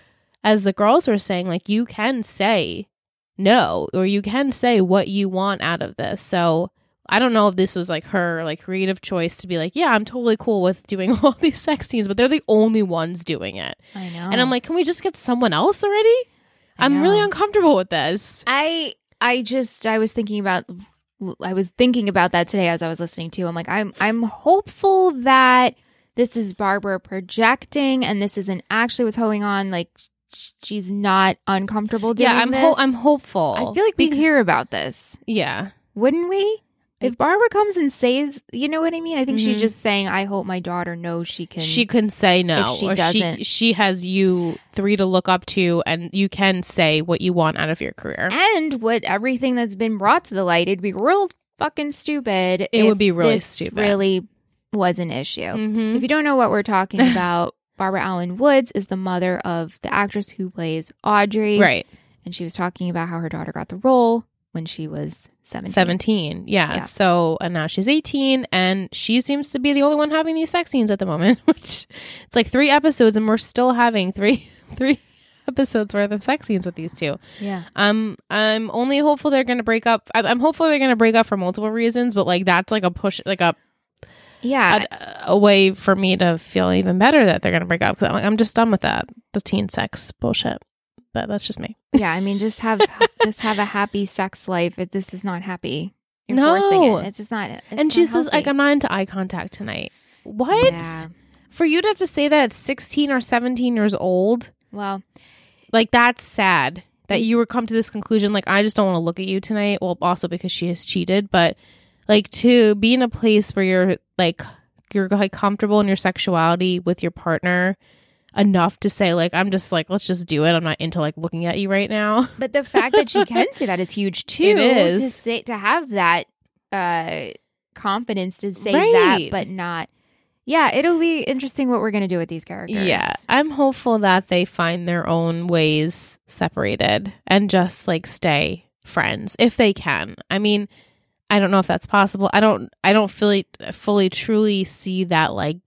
[SPEAKER 1] as the girls were saying, like, you can say no, or you can say what you want out of this. So I don't know if this was like her like creative choice to be like, yeah, I'm totally cool with doing all these sex scenes, but they're the only ones doing it.
[SPEAKER 2] I know.
[SPEAKER 1] And I'm like, can we just get someone else already?
[SPEAKER 2] Oh. I
[SPEAKER 1] I'm really
[SPEAKER 2] know.
[SPEAKER 1] uncomfortable with this.
[SPEAKER 2] I I just I was thinking about I was thinking about that today as I was listening to. you. I'm like I'm I'm hopeful that this is Barbara projecting and this isn't actually what's going on. Like sh- she's not uncomfortable doing
[SPEAKER 1] Yeah, I'm
[SPEAKER 2] this.
[SPEAKER 1] ho- I'm hopeful.
[SPEAKER 2] I feel like we
[SPEAKER 1] Bec-
[SPEAKER 2] hear about this,
[SPEAKER 1] yeah,
[SPEAKER 2] wouldn't we? If Barbara comes and says, you know what I mean? I think she's
[SPEAKER 1] Mhm.
[SPEAKER 2] just saying, I hope my daughter knows she can.
[SPEAKER 1] she can say no,
[SPEAKER 2] if she
[SPEAKER 1] or she
[SPEAKER 2] doesn't-
[SPEAKER 1] she has you three to look up to, and you can say what you want out of your career.
[SPEAKER 2] and what everything that's been brought to the light, it'd be real fucking stupid.
[SPEAKER 1] It would
[SPEAKER 2] if
[SPEAKER 1] be really
[SPEAKER 2] this
[SPEAKER 1] stupid.
[SPEAKER 2] Really was an issue.
[SPEAKER 1] Mhm.
[SPEAKER 2] If you don't know what we're talking about, Barbara Allen Woods is the mother of the actress who plays Audrey,
[SPEAKER 1] Right.
[SPEAKER 2] And she was talking about how her daughter got the role when she was seventeen.
[SPEAKER 1] 17. Yeah.
[SPEAKER 2] Yeah.
[SPEAKER 1] So, and now she's 18, and she seems to be the only one having these sex scenes at the moment, which it's like three episodes, and we're still having three, three episodes worth of sex scenes with these two.
[SPEAKER 2] Yeah,
[SPEAKER 1] Um, I'm only hopeful they're going to break up. I'm, I'm hopeful they're going to break up for multiple reasons, but like that's like a push, like a,
[SPEAKER 2] yeah.
[SPEAKER 1] a, a way for me to feel even better that they're going to break up. Cause I'm like, I'm just done with that, the teen sex bullshit. But that's just me.
[SPEAKER 2] Yeah, I mean, just have just have a happy sex life. It, this is not happy. You're
[SPEAKER 1] No.
[SPEAKER 2] forcing it. It's just not. it's
[SPEAKER 1] and
[SPEAKER 2] not
[SPEAKER 1] she says, like,
[SPEAKER 2] healthy.
[SPEAKER 1] I'm not into eye contact tonight. What?
[SPEAKER 2] Yeah.
[SPEAKER 1] for you to have to say that at 16 or 17 years old
[SPEAKER 2] Well,
[SPEAKER 1] like that's sad that you would come to this conclusion like i just don't want to look at you tonight well also because she has cheated but like to be in a place where you're like you're like comfortable in your sexuality with your partner enough to say like i'm just like let's just do it i'm not into like looking at you right now
[SPEAKER 2] but the fact that she can say that is huge too.
[SPEAKER 1] is.
[SPEAKER 2] to say to have that uh confidence to say
[SPEAKER 1] Right.
[SPEAKER 2] that, but not. yeah, it'll be interesting what we're going to do with these characters.
[SPEAKER 1] Yeah, I'm hopeful that they find their own ways separated and just like stay friends if they can. I mean, I don't know if that's possible. I don't I don't fully fully truly see that like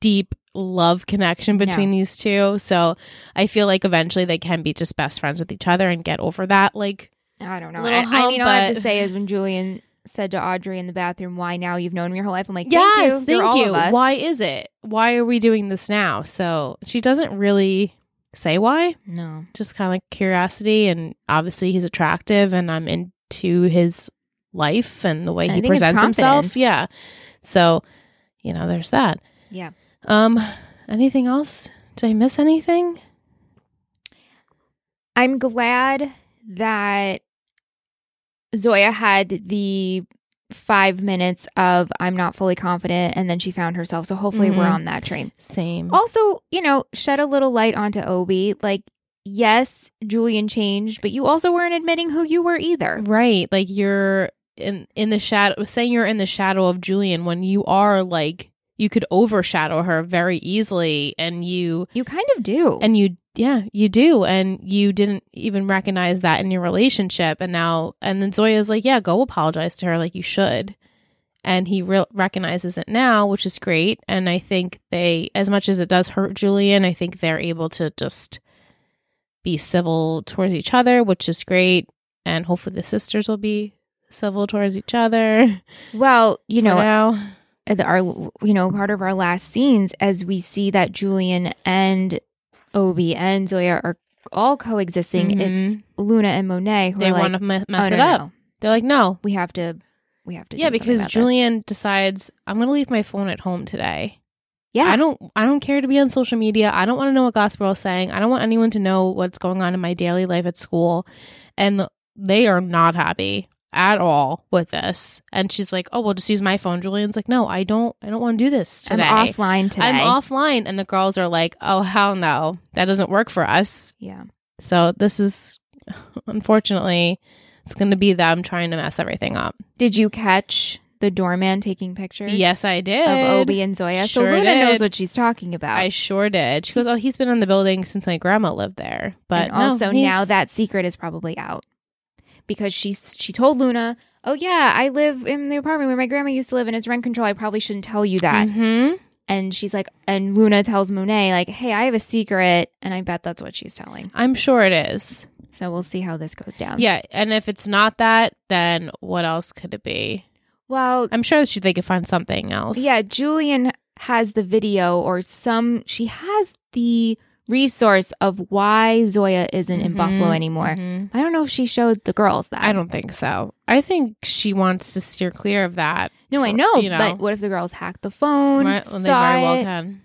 [SPEAKER 1] deep love connection between these two. So, I feel like eventually they can be just best friends with each other and get over that like
[SPEAKER 2] I don't know.
[SPEAKER 1] Little
[SPEAKER 2] I, I mean,
[SPEAKER 1] hump,
[SPEAKER 2] all I have to
[SPEAKER 1] but-
[SPEAKER 2] say is when Julian said to Audrey in the bathroom, "Why now? You've known me your whole life." I'm like,
[SPEAKER 1] yes,
[SPEAKER 2] thank you. You're all of us."
[SPEAKER 1] Why is it? Why are we doing this now? So she doesn't really say why.
[SPEAKER 2] No.
[SPEAKER 1] Just kind of like curiosity, and obviously he's attractive, and I'm into his life and the way
[SPEAKER 2] And I
[SPEAKER 1] he
[SPEAKER 2] think it's
[SPEAKER 1] presents himself.
[SPEAKER 2] confidence.
[SPEAKER 1] Yeah. So, you know, there's that.
[SPEAKER 2] Yeah.
[SPEAKER 1] Um, anything else? Did I miss anything?
[SPEAKER 2] I'm glad that Zoya had the five minutes of I'm not fully confident and then she found herself. So hopefully we're
[SPEAKER 1] Mhm.
[SPEAKER 2] on that train.
[SPEAKER 1] Same.
[SPEAKER 2] Also, you know, shed a little light onto Obi. Like, yes, Julian changed, but you also weren't admitting who you were either.
[SPEAKER 1] Right. Like you're in in the shadow saying you're in the shadow of Julian when you are like you could overshadow her very easily and you
[SPEAKER 2] You kind of do.
[SPEAKER 1] and you yeah, you do and you didn't even recognize that in your relationship and now and then Zoya's like, "Yeah, go apologize to her like you should." And he re- recognizes it now, which is great. And I think they as much as it does hurt Julian, I think they're able to just be civil towards each other, which is great and hopefully the sisters will be civil towards each other.
[SPEAKER 2] well, you know,
[SPEAKER 1] now.
[SPEAKER 2] the- our you know part of our last scenes as we see that Julian and Obi and Zoya are all coexisting. It's Luna and Monet who
[SPEAKER 1] Mm-hmm. they
[SPEAKER 2] are like,
[SPEAKER 1] want to me-
[SPEAKER 2] "Oh,
[SPEAKER 1] mess
[SPEAKER 2] no,
[SPEAKER 1] it
[SPEAKER 2] no,
[SPEAKER 1] up.
[SPEAKER 2] no.
[SPEAKER 1] They're like, no,
[SPEAKER 2] We have to, we have to.
[SPEAKER 1] yeah,
[SPEAKER 2] do something
[SPEAKER 1] because
[SPEAKER 2] about this."
[SPEAKER 1] Julian decides I'm gonna leave my phone at home today.
[SPEAKER 2] Yeah.
[SPEAKER 1] I don't. I don't care to be on social media. I don't want to know what gossip girl is saying. I don't want anyone to know what's going on in my daily life at school. And they are not happy at all with this. And she's like, "Oh, well, just use my phone." Julian's like, "No, I don't. I don't want to do this today.
[SPEAKER 2] I'm offline today.
[SPEAKER 1] I'm offline." And the girls are like, "Oh, hell no, that doesn't work for us."
[SPEAKER 2] Yeah,
[SPEAKER 1] So this is unfortunately, it's going to be them trying to mess everything up.
[SPEAKER 2] did you catch the doorman taking pictures?
[SPEAKER 1] Yes, I did.
[SPEAKER 2] of Obi and Zoya.
[SPEAKER 1] Sure
[SPEAKER 2] so Luna
[SPEAKER 1] did.
[SPEAKER 2] knows what she's talking about.
[SPEAKER 1] I sure did. She goes, "Oh, he's been in the building since my grandma lived there." But
[SPEAKER 2] and
[SPEAKER 1] no,
[SPEAKER 2] also
[SPEAKER 1] he's-
[SPEAKER 2] now that secret is probably out because she she told Luna, "Oh yeah, I live in the apartment where my grandma used to live, and it's rent control. I probably shouldn't tell you that."
[SPEAKER 1] Mhm.
[SPEAKER 2] And she's like, and Luna tells Monet, "Like, hey, I have a secret," and I bet that's what she's telling.
[SPEAKER 1] I'm sure it is.
[SPEAKER 2] So we'll see how this goes down.
[SPEAKER 1] Yeah, and if it's not that, then what else could it be?
[SPEAKER 2] Well,
[SPEAKER 1] I'm sure that she they could find something else.
[SPEAKER 2] yeah, Julian has the video or some. She has the resource of why Zoya isn't in
[SPEAKER 1] Mhm.
[SPEAKER 2] Buffalo anymore.
[SPEAKER 1] Mhm.
[SPEAKER 2] I don't know if she showed the girls that.
[SPEAKER 1] I don't think so. I think she wants to steer clear of that.
[SPEAKER 2] No, I
[SPEAKER 1] for-
[SPEAKER 2] know,
[SPEAKER 1] you know,
[SPEAKER 2] but what if the girls hacked the phone,
[SPEAKER 1] Right,
[SPEAKER 2] saw
[SPEAKER 1] they very well
[SPEAKER 2] it,
[SPEAKER 1] can.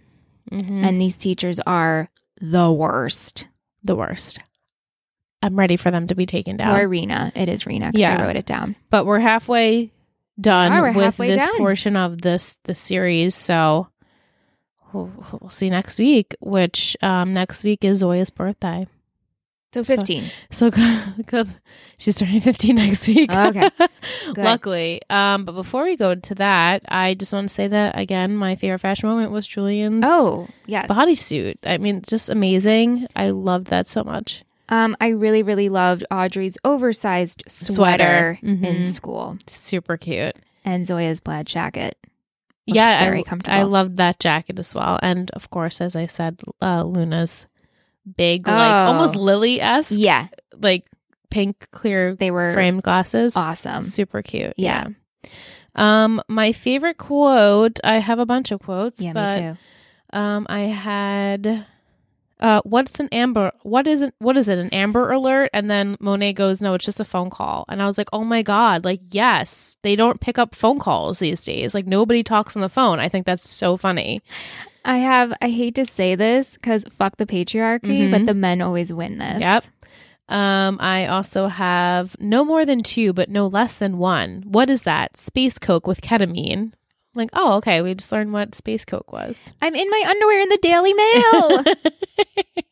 [SPEAKER 1] Mhm.
[SPEAKER 2] and these teachers are the worst.
[SPEAKER 1] the worst. I'm ready for them to be taken down.
[SPEAKER 2] Or Rena, it is Rena because
[SPEAKER 1] Yeah.
[SPEAKER 2] I wrote it down.
[SPEAKER 1] but we're halfway done
[SPEAKER 2] All right, we're
[SPEAKER 1] with
[SPEAKER 2] halfway
[SPEAKER 1] this
[SPEAKER 2] done.
[SPEAKER 1] portion of this the series. So we'll, we'll see next week, which um, next week is Zoya's birthday.
[SPEAKER 2] So
[SPEAKER 1] So-
[SPEAKER 2] fifteen.
[SPEAKER 1] So go, go, she's turning 15 next week.
[SPEAKER 2] Okay.
[SPEAKER 1] Luckily. Um, but before we go to that, I just want to say that again, my favorite fashion moment was Julian's
[SPEAKER 2] oh yes,
[SPEAKER 1] bodysuit. I mean, just amazing. I loved that so much.
[SPEAKER 2] Um, I really, really loved Audrey's oversized
[SPEAKER 1] Sweater.
[SPEAKER 2] sweater,
[SPEAKER 1] Mhm.
[SPEAKER 2] in school
[SPEAKER 1] Super cute.
[SPEAKER 2] and Zoya's plaid jacket. Looked
[SPEAKER 1] yeah, I-
[SPEAKER 2] very
[SPEAKER 1] I,
[SPEAKER 2] comfortable.
[SPEAKER 1] loved that jacket as well, and of course, as I said, uh, Luna's big,
[SPEAKER 2] Oh.
[SPEAKER 1] like almost lily esque,
[SPEAKER 2] Yeah,
[SPEAKER 1] like pink clear
[SPEAKER 2] they were
[SPEAKER 1] framed glasses.
[SPEAKER 2] awesome.
[SPEAKER 1] super cute.
[SPEAKER 2] Yeah.
[SPEAKER 1] yeah. Um, my favorite quote. I have a bunch of quotes.
[SPEAKER 2] Yeah,
[SPEAKER 1] but,
[SPEAKER 2] me too.
[SPEAKER 1] Um, I had. Uh, what's an amber? What is it? What is it? An amber alert? And then Monet goes, "No, it's just a phone call." And I was like, "Oh my god!" Like, yes, they don't pick up phone calls these days. Like, nobody talks on the phone. I think that's so funny.
[SPEAKER 2] I have. I hate to say this because fuck the patriarchy, but
[SPEAKER 1] Mhm.
[SPEAKER 2] the men always win this.
[SPEAKER 1] Yep. Um, I also have no more than two, but no less than one. What is that? Space Coke with ketamine. Like, oh, okay. We just learned what Space Coke was.
[SPEAKER 2] I'm in my underwear in the Daily Mail.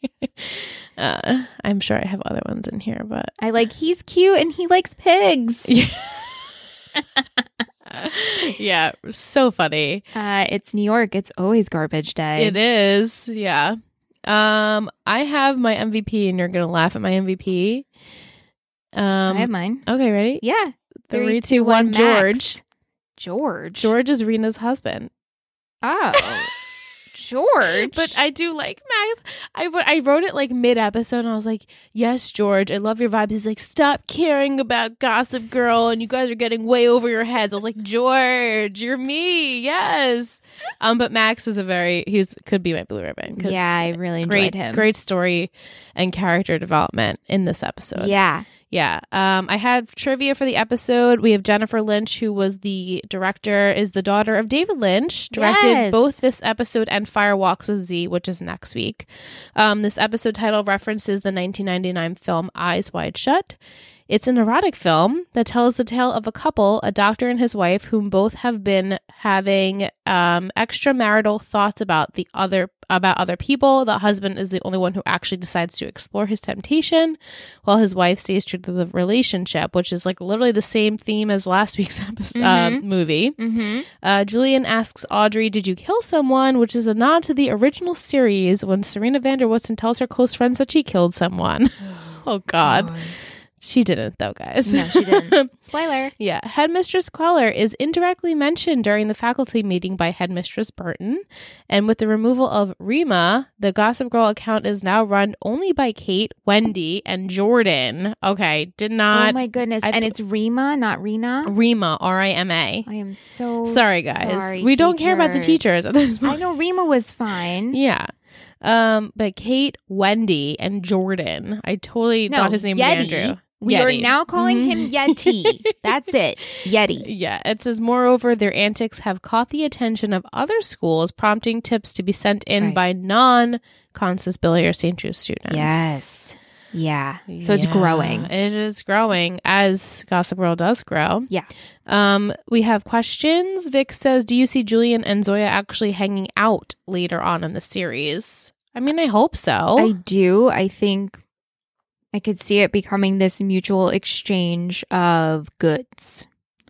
[SPEAKER 1] uh, I'm sure I have other ones in here, but
[SPEAKER 2] I like he's cute and he likes pigs.
[SPEAKER 1] yeah, so funny.
[SPEAKER 2] Uh, it's New York. It's always garbage day.
[SPEAKER 1] It is. Yeah. Um, I have my MVP, and you're gonna laugh at my MVP. Um,
[SPEAKER 2] I have mine.
[SPEAKER 1] okay, ready?
[SPEAKER 2] Yeah.
[SPEAKER 1] Three, two, one.
[SPEAKER 2] Max.
[SPEAKER 1] George.
[SPEAKER 2] George.
[SPEAKER 1] George is Rena's husband.
[SPEAKER 2] Oh. George.
[SPEAKER 1] But I do like Max. I w- I wrote it like mid episode, and I was like, "Yes, George, I love your vibes." He's like, "Stop caring about Gossip Girl, and you guys are getting way over your heads." I was like, "George, you're me, yes." Um, but Max was a very he was could be my blue ribbon. 'cause
[SPEAKER 2] yeah, I really enjoyed
[SPEAKER 1] great,
[SPEAKER 2] him.
[SPEAKER 1] great story and character development in this episode.
[SPEAKER 2] Yeah.
[SPEAKER 1] Yeah. Um, I had trivia for the episode. We have Jennifer Lynch, who was the director, is the daughter of David Lynch, directed
[SPEAKER 2] Yes.
[SPEAKER 1] both this episode and Fire Walks with Z, which is next week. Um, this episode title references the 1999 film Eyes Wide Shut. It's an erotic film that tells the tale of a couple, a doctor and his wife, whom both have been having um, extramarital thoughts about the other about other people. The husband is the only one who actually decides to explore his temptation, while his wife stays true to the relationship, which is like literally the same theme as last week's episode,
[SPEAKER 2] Mhm.
[SPEAKER 1] uh, movie.
[SPEAKER 2] Mm-hmm.
[SPEAKER 1] Uh, Julian asks Audrey, Did you kill someone? Which is a nod to the original series when Serena Vanderwoodson tells her close friends that she killed someone. oh, God. She didn't, though, guys.
[SPEAKER 2] No, she didn't. Spoiler.
[SPEAKER 1] Yeah, Headmistress Queller is indirectly mentioned during the faculty meeting by Headmistress Burton. And with the removal of Rima, the Gossip Girl account is now run only by Kate, Wendy, and Jordan. Okay, did
[SPEAKER 2] oh
[SPEAKER 1] not.
[SPEAKER 2] my goodness.
[SPEAKER 1] I
[SPEAKER 2] and
[SPEAKER 1] th-
[SPEAKER 2] it's Rima, not Rena.
[SPEAKER 1] Rima, R I M A.
[SPEAKER 2] I am so
[SPEAKER 1] Sorry, guys.
[SPEAKER 2] Oh, sorry,
[SPEAKER 1] we don't care about the teachers at this
[SPEAKER 2] I
[SPEAKER 1] point.
[SPEAKER 2] know Rima was fine.
[SPEAKER 1] Yeah. Um, but Kate, Wendy, and Jordan. I totally
[SPEAKER 2] No,
[SPEAKER 1] thought his name
[SPEAKER 2] Yeti.
[SPEAKER 1] was Andrew.
[SPEAKER 2] We
[SPEAKER 1] Yeti. Mm-hmm.
[SPEAKER 2] are now calling him Yeti. That's it. Yeti.
[SPEAKER 1] Yeah, it says, moreover, their antics have caught the attention of other schools, prompting tips to be sent in
[SPEAKER 2] Right.
[SPEAKER 1] by non Constance Billy or St. Jude students.
[SPEAKER 2] Yes. Yeah. So it's
[SPEAKER 1] Yeah,
[SPEAKER 2] growing.
[SPEAKER 1] It is growing as Gossip Girl does grow.
[SPEAKER 2] Yeah.
[SPEAKER 1] Um, we have questions. Vic says, Do you see Julian and Zoya actually hanging out later on in the series? I mean, I hope so.
[SPEAKER 2] I do. I think I could see it becoming this mutual exchange of goods,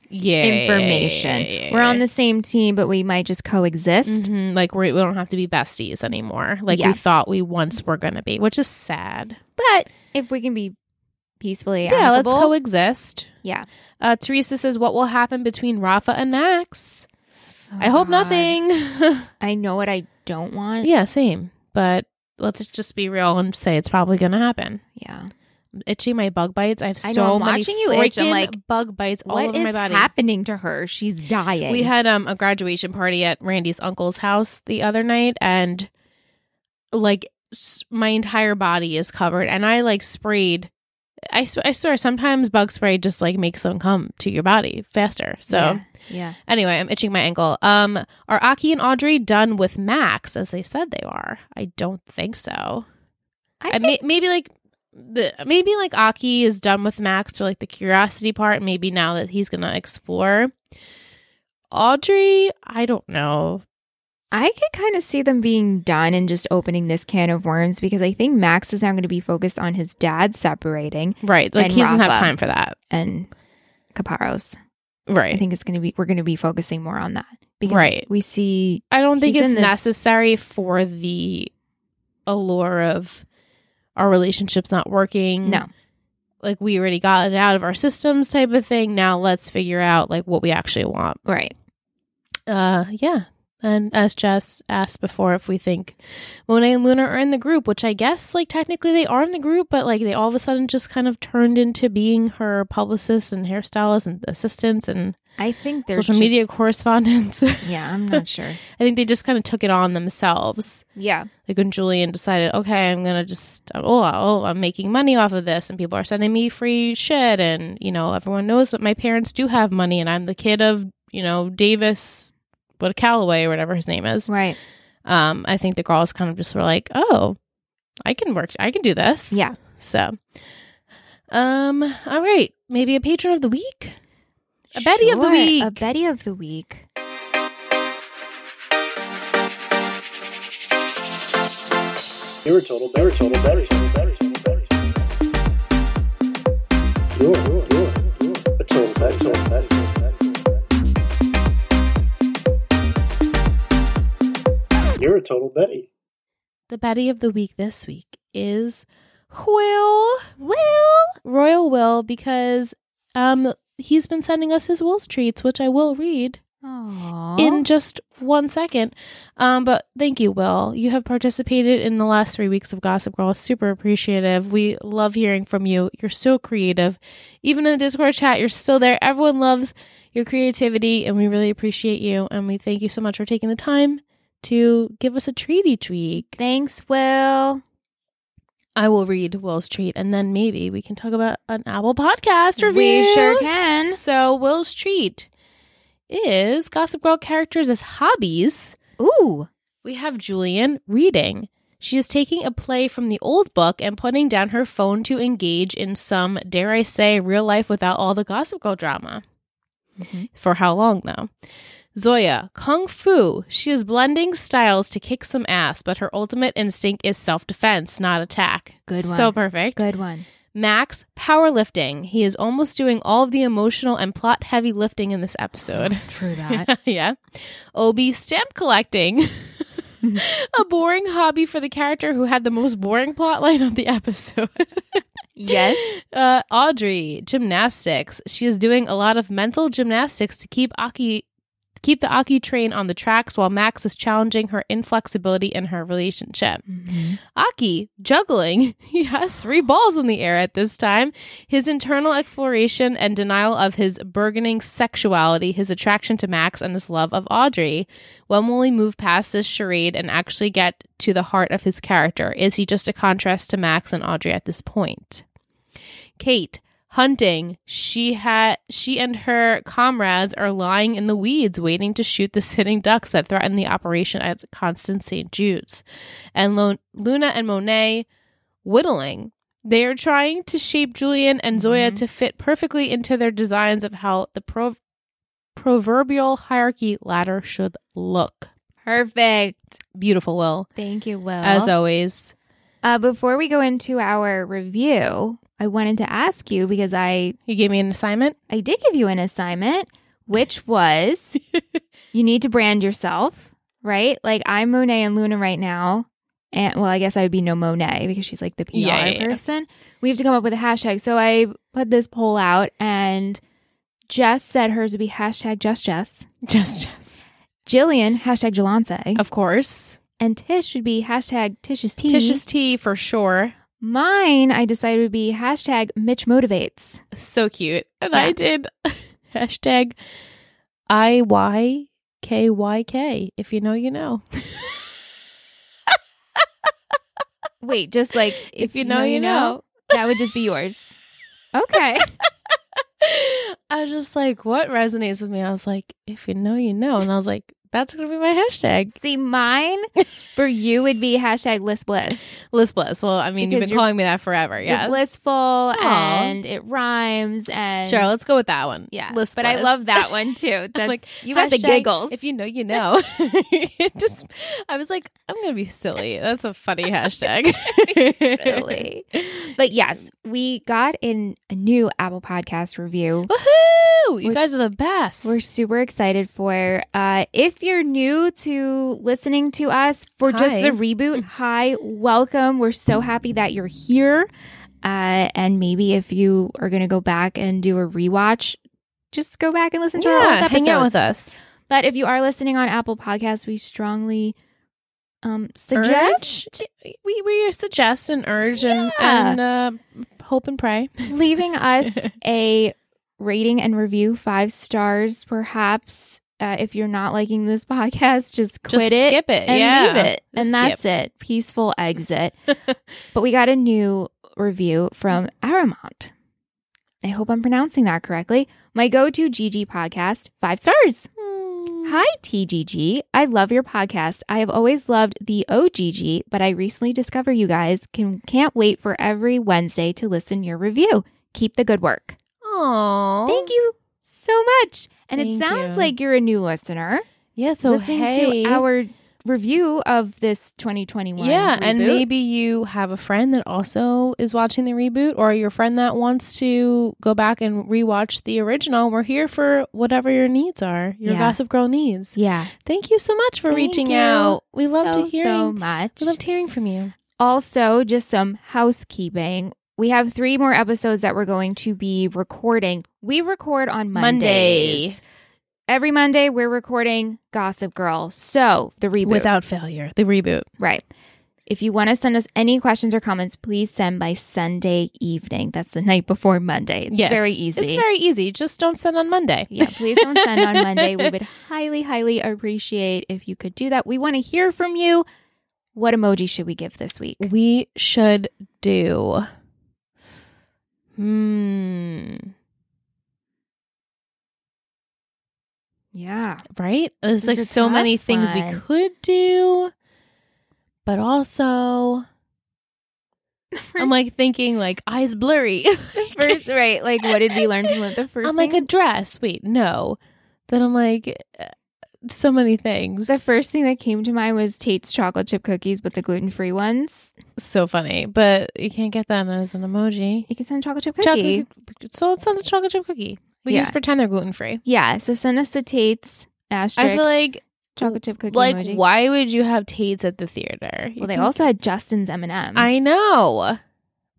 [SPEAKER 1] yeah.
[SPEAKER 2] information. We're on the same team, but we might just coexist.
[SPEAKER 1] Mhm, like we're, we don't have to be besties anymore like
[SPEAKER 2] Yeah.
[SPEAKER 1] we thought we once were gonna be which is sad
[SPEAKER 2] But if we can be peacefully,
[SPEAKER 1] Mm-hmm. yeah let's
[SPEAKER 2] amicable-
[SPEAKER 1] coexist
[SPEAKER 2] Yeah.
[SPEAKER 1] uh teresa says what will happen between rafa and max
[SPEAKER 2] Oh,
[SPEAKER 1] i hope
[SPEAKER 2] God.
[SPEAKER 1] nothing
[SPEAKER 2] I know what I don't want.
[SPEAKER 1] yeah same but let's just be real and say it's probably gonna happen
[SPEAKER 2] Yeah.
[SPEAKER 1] itchy my bug bites i have so
[SPEAKER 2] I know, I'm
[SPEAKER 1] many
[SPEAKER 2] watching you itch. I'm
[SPEAKER 1] freaking
[SPEAKER 2] like,
[SPEAKER 1] bug bites all
[SPEAKER 2] What
[SPEAKER 1] over my
[SPEAKER 2] is
[SPEAKER 1] body
[SPEAKER 2] happening to her? She's dying.
[SPEAKER 1] We had um a graduation party at Randy's uncle's house the other night, and like s- my entire body is covered, and I like sprayed. I, sw- I swear, sometimes bug spray just like makes them come to your body faster. So
[SPEAKER 2] yeah.
[SPEAKER 1] anyway, I'm itching my ankle. Um, are Aki and Audrey done with Max as they said they are? I don't think so.
[SPEAKER 2] I,
[SPEAKER 1] I may- maybe like the maybe like Aki is done with Max or like the curiosity part. Maybe now that he's gonna explore Audrey, I don't know.
[SPEAKER 2] I could kind of see them being done and just opening this can of worms because I think Max is now going to be focused on his dad separating
[SPEAKER 1] Right, like
[SPEAKER 2] And
[SPEAKER 1] he doesn't have
[SPEAKER 2] Rafa.
[SPEAKER 1] time for that.
[SPEAKER 2] and Caparos. I
[SPEAKER 1] Right,
[SPEAKER 2] think it's going to be we're going to be focusing more on that because
[SPEAKER 1] Right.
[SPEAKER 2] we see
[SPEAKER 1] I don't think
[SPEAKER 2] He's
[SPEAKER 1] it's
[SPEAKER 2] in the-
[SPEAKER 1] necessary for the allure of our relationships not working.
[SPEAKER 2] no
[SPEAKER 1] like we already got it out of our systems, type of thing. Now let's figure out like what we actually want.
[SPEAKER 2] right
[SPEAKER 1] Uh, yeah. And as Jess asked before, if we think Monet and Luna are in the group, which I guess like technically they are in the group, but like they all of a sudden just kind of turned into being her publicists and hairstylists and assistants and
[SPEAKER 2] I think there's
[SPEAKER 1] social media
[SPEAKER 2] just-
[SPEAKER 1] correspondents. I
[SPEAKER 2] Yeah, I'm not sure.
[SPEAKER 1] think they just kind of took it on themselves.
[SPEAKER 2] yeah,
[SPEAKER 1] Like when Julian decided, okay, I'm gonna just oh oh I'm making money off of this, and people are sending me free shit, and you know everyone knows that my parents do have money, and I'm the kid of you know Davis, what Calloway or whatever his name is
[SPEAKER 2] right.
[SPEAKER 1] um, I think the girls kind of just were like, "Oh, I can work. I can do this."
[SPEAKER 2] Yeah.
[SPEAKER 1] So, um, all right, maybe a patron of the week. A Betty of the
[SPEAKER 2] Sure, A
[SPEAKER 1] week.
[SPEAKER 2] Betty of the week.
[SPEAKER 3] You were total, better, total, better, total, better, total, better. You're, you're, you're, you're a total, better, total, better, total, better. Total Betty.
[SPEAKER 1] The Betty of the week this week is Will
[SPEAKER 2] Will.
[SPEAKER 1] Royal Will because um he's been sending us his Will's treats, which I will read
[SPEAKER 2] Aww.
[SPEAKER 1] in just one second. Um, but thank you, Will. You have participated in the last three weeks of Gossip Girl. Super appreciative. We love hearing from you. You're so creative. Even in the Discord chat, you're still there. Everyone loves your creativity, and we really appreciate you. And we thank you so much for taking the time to give us a treat each week.
[SPEAKER 2] Thanks, Will.
[SPEAKER 1] I will read Will's treat, and then maybe we can talk about an Apple podcast review.
[SPEAKER 2] We sure can.
[SPEAKER 1] So Will's treat is Gossip Girl characters as hobbies.
[SPEAKER 2] Ooh.
[SPEAKER 1] We have Julian reading. She is taking a play from the old book and putting down her phone to engage in some, dare I say, real life without all the Gossip Girl drama.
[SPEAKER 2] Mhm.
[SPEAKER 1] For how long, though? Zoya, Kung Fu. She is blending styles to kick some ass, but her ultimate instinct is self defense, not attack.
[SPEAKER 2] Good
[SPEAKER 1] So
[SPEAKER 2] one.
[SPEAKER 1] perfect.
[SPEAKER 2] Good one.
[SPEAKER 1] Max, powerlifting. He is almost doing all of the emotional and plot heavy lifting in this episode.
[SPEAKER 2] True that.
[SPEAKER 1] yeah. Obi, stamp collecting. a boring hobby for the character who had the most boring plotline of the episode.
[SPEAKER 2] yes.
[SPEAKER 1] Uh, Audrey, gymnastics. She is doing a lot of mental gymnastics to keep Aki keep the Aki train on the tracks while Max is challenging her inflexibility in her relationship.
[SPEAKER 2] Mm-hmm.
[SPEAKER 1] Aki juggling. He has three balls in the air at this time. His internal exploration and denial of his burgeoning sexuality, his attraction to Max, and his love of Audrey. When will we move past this charade and actually get to the heart of his character? Is he just a contrast to Max and Audrey at this point? Kate hunting. She had she and her comrades are lying in the weeds waiting to shoot the sitting ducks that threaten the operation at Constance St. Jude's. And Lo- Luna and Monet whittling. They are trying to shape Julian and Zoya
[SPEAKER 2] Mhm.
[SPEAKER 1] to fit perfectly into their designs of how the pro- proverbial hierarchy ladder should look.
[SPEAKER 2] Perfect.
[SPEAKER 1] Beautiful, Will.
[SPEAKER 2] Thank you, Will.
[SPEAKER 1] As always.
[SPEAKER 2] Uh, before we go into our review, I wanted to ask you because I
[SPEAKER 1] You gave me an assignment?
[SPEAKER 2] I did give you an assignment, which was you need to brand yourself, right? Like I'm Monet and Luna right now. And well, I guess I would be no Monet because she's like the PR
[SPEAKER 1] Yeah, yeah, yeah.
[SPEAKER 2] person. We have to come up with a hashtag. So I put this poll out and Jess said hers would be hashtag just Jess.
[SPEAKER 1] Just just.
[SPEAKER 2] Jillian, hashtag Jelance.
[SPEAKER 1] Of course.
[SPEAKER 2] and Tish would be hashtag Tish's tea.
[SPEAKER 1] Tish's tea for sure.
[SPEAKER 2] Mine, I decided would be hashtag Mitch motivates.
[SPEAKER 1] so cute. And
[SPEAKER 2] Yeah.
[SPEAKER 1] I did hashtag I Y K Y K. If you know, you know.
[SPEAKER 2] Wait, just like
[SPEAKER 1] If, you, know, you know.
[SPEAKER 2] That would just be yours. Okay.
[SPEAKER 1] I was just like, what resonates with me? I was like, if you know, you know. And I was like, that's going to be my hashtag.
[SPEAKER 2] See, mine for you would be hashtag list bliss.
[SPEAKER 1] List Bliss. Well, I mean, you've
[SPEAKER 2] Because
[SPEAKER 1] been
[SPEAKER 2] you're-
[SPEAKER 1] calling me that forever.
[SPEAKER 2] You're
[SPEAKER 1] Yeah.
[SPEAKER 2] blissful
[SPEAKER 1] Aw.
[SPEAKER 2] and it rhymes and
[SPEAKER 1] Sure. Let's go with that one.
[SPEAKER 2] yeah.
[SPEAKER 1] List
[SPEAKER 2] but I
[SPEAKER 1] Bliss.
[SPEAKER 2] love that one too. That's
[SPEAKER 1] like,
[SPEAKER 2] you got the
[SPEAKER 1] Hashtag,
[SPEAKER 2] giggles.
[SPEAKER 1] If you know, you know. it just, I was like, I'm going to be silly. That's a funny hashtag.
[SPEAKER 2] Silly. But yes, we got in a new Apple Podcast review.
[SPEAKER 1] Woohoo! You
[SPEAKER 2] We're-
[SPEAKER 1] guys are the best.
[SPEAKER 2] We're super excited for. Uh, if you're new to listening to us for just
[SPEAKER 1] Hi. Mm.
[SPEAKER 2] the reboot, hi, welcome. We're so happy that you're here. Uh, and maybe if you are going to go back and do a rewatch, just go back and listen to our old
[SPEAKER 1] yeah,
[SPEAKER 2] episodes.
[SPEAKER 1] hang out with us.
[SPEAKER 2] But if you are listening on Apple Podcasts, we strongly um, suggest
[SPEAKER 1] Urge- we we suggest and urge and
[SPEAKER 2] Yeah.
[SPEAKER 1] and uh, hope and pray.
[SPEAKER 2] leaving us a rating and review, five stars, perhaps. Uh, if you're not liking this podcast, just quit
[SPEAKER 1] Just
[SPEAKER 2] it.
[SPEAKER 1] skip it,
[SPEAKER 2] and
[SPEAKER 1] yeah.
[SPEAKER 2] leave it.
[SPEAKER 1] Just
[SPEAKER 2] and that's it. Peaceful exit. but we got a new review from Aramont. I hope I'm pronouncing that correctly. My go to GG podcast, five stars.
[SPEAKER 1] Hmm.
[SPEAKER 2] Hi, TGG. I love your podcast. I have always loved the OGG, but I recently discovered you guys. Can, can't wait for every Wednesday to listen your review. Keep the good work.
[SPEAKER 1] Aww.
[SPEAKER 2] Thank you so much. And it
[SPEAKER 1] Oh. Thank
[SPEAKER 2] sounds
[SPEAKER 1] you.
[SPEAKER 2] like you're a new listener.
[SPEAKER 1] Yeah. So
[SPEAKER 2] Listen
[SPEAKER 1] hey,
[SPEAKER 2] to our review of this 2021.
[SPEAKER 1] yeah, and
[SPEAKER 2] reboot.
[SPEAKER 1] maybe you have a friend that also is watching the reboot, or your friend that wants to go back and rewatch the original. We're here for whatever your needs are, your
[SPEAKER 2] Yeah.
[SPEAKER 1] Gossip Girl needs.
[SPEAKER 2] yeah,
[SPEAKER 1] Thank you so much for
[SPEAKER 2] Thank
[SPEAKER 1] reaching
[SPEAKER 2] you
[SPEAKER 1] out. We love
[SPEAKER 2] so,
[SPEAKER 1] to hear.
[SPEAKER 2] so much.
[SPEAKER 1] we loved hearing from you.
[SPEAKER 2] also, just some housekeeping. We have three more episodes that we're going to be recording. We record on Mondays.
[SPEAKER 1] Monday.
[SPEAKER 2] Every Monday, we're recording Gossip Girl. So the reboot.
[SPEAKER 1] Without failure, the reboot.
[SPEAKER 2] Right. If you want to send us any questions or comments, please send by Sunday evening. That's the night before Monday. It's
[SPEAKER 1] yes,
[SPEAKER 2] very easy.
[SPEAKER 1] It's very easy. Just don't send on Monday.
[SPEAKER 2] yeah, please don't send on Monday. We would highly, highly appreciate if you could do that. We want to hear from you. What emoji should we give this week?
[SPEAKER 1] We should do. Hmm.
[SPEAKER 2] Yeah.
[SPEAKER 1] Right?
[SPEAKER 2] This
[SPEAKER 1] There's like
[SPEAKER 2] is a
[SPEAKER 1] so many
[SPEAKER 2] tough
[SPEAKER 1] things we
[SPEAKER 2] one.
[SPEAKER 1] could do. But also, I'm like thinking like eyes blurry.
[SPEAKER 2] First, right. Like, what did we learn from it? the 1st
[SPEAKER 1] I'm like a
[SPEAKER 2] thing?
[SPEAKER 1] dress. Wait, no. Then I'm like uh, so many things.
[SPEAKER 2] the first thing that came to mind was Tate's chocolate chip cookies, but the gluten free ones.
[SPEAKER 1] so funny, but you can't get that as an emoji.
[SPEAKER 2] You can send chocolate chip cookie.
[SPEAKER 1] Chocolate, so it's not a chocolate chip cookie. We
[SPEAKER 2] Yeah.
[SPEAKER 1] can just pretend they're gluten free.
[SPEAKER 2] Yeah. So send us the Tate's asterisk
[SPEAKER 1] I feel like
[SPEAKER 2] chocolate chip cookie
[SPEAKER 1] like
[SPEAKER 2] emoji.
[SPEAKER 1] why would you have Tates at the theater? You
[SPEAKER 2] Well, they
[SPEAKER 1] can-
[SPEAKER 2] also had Justin's M and M's.
[SPEAKER 1] I know,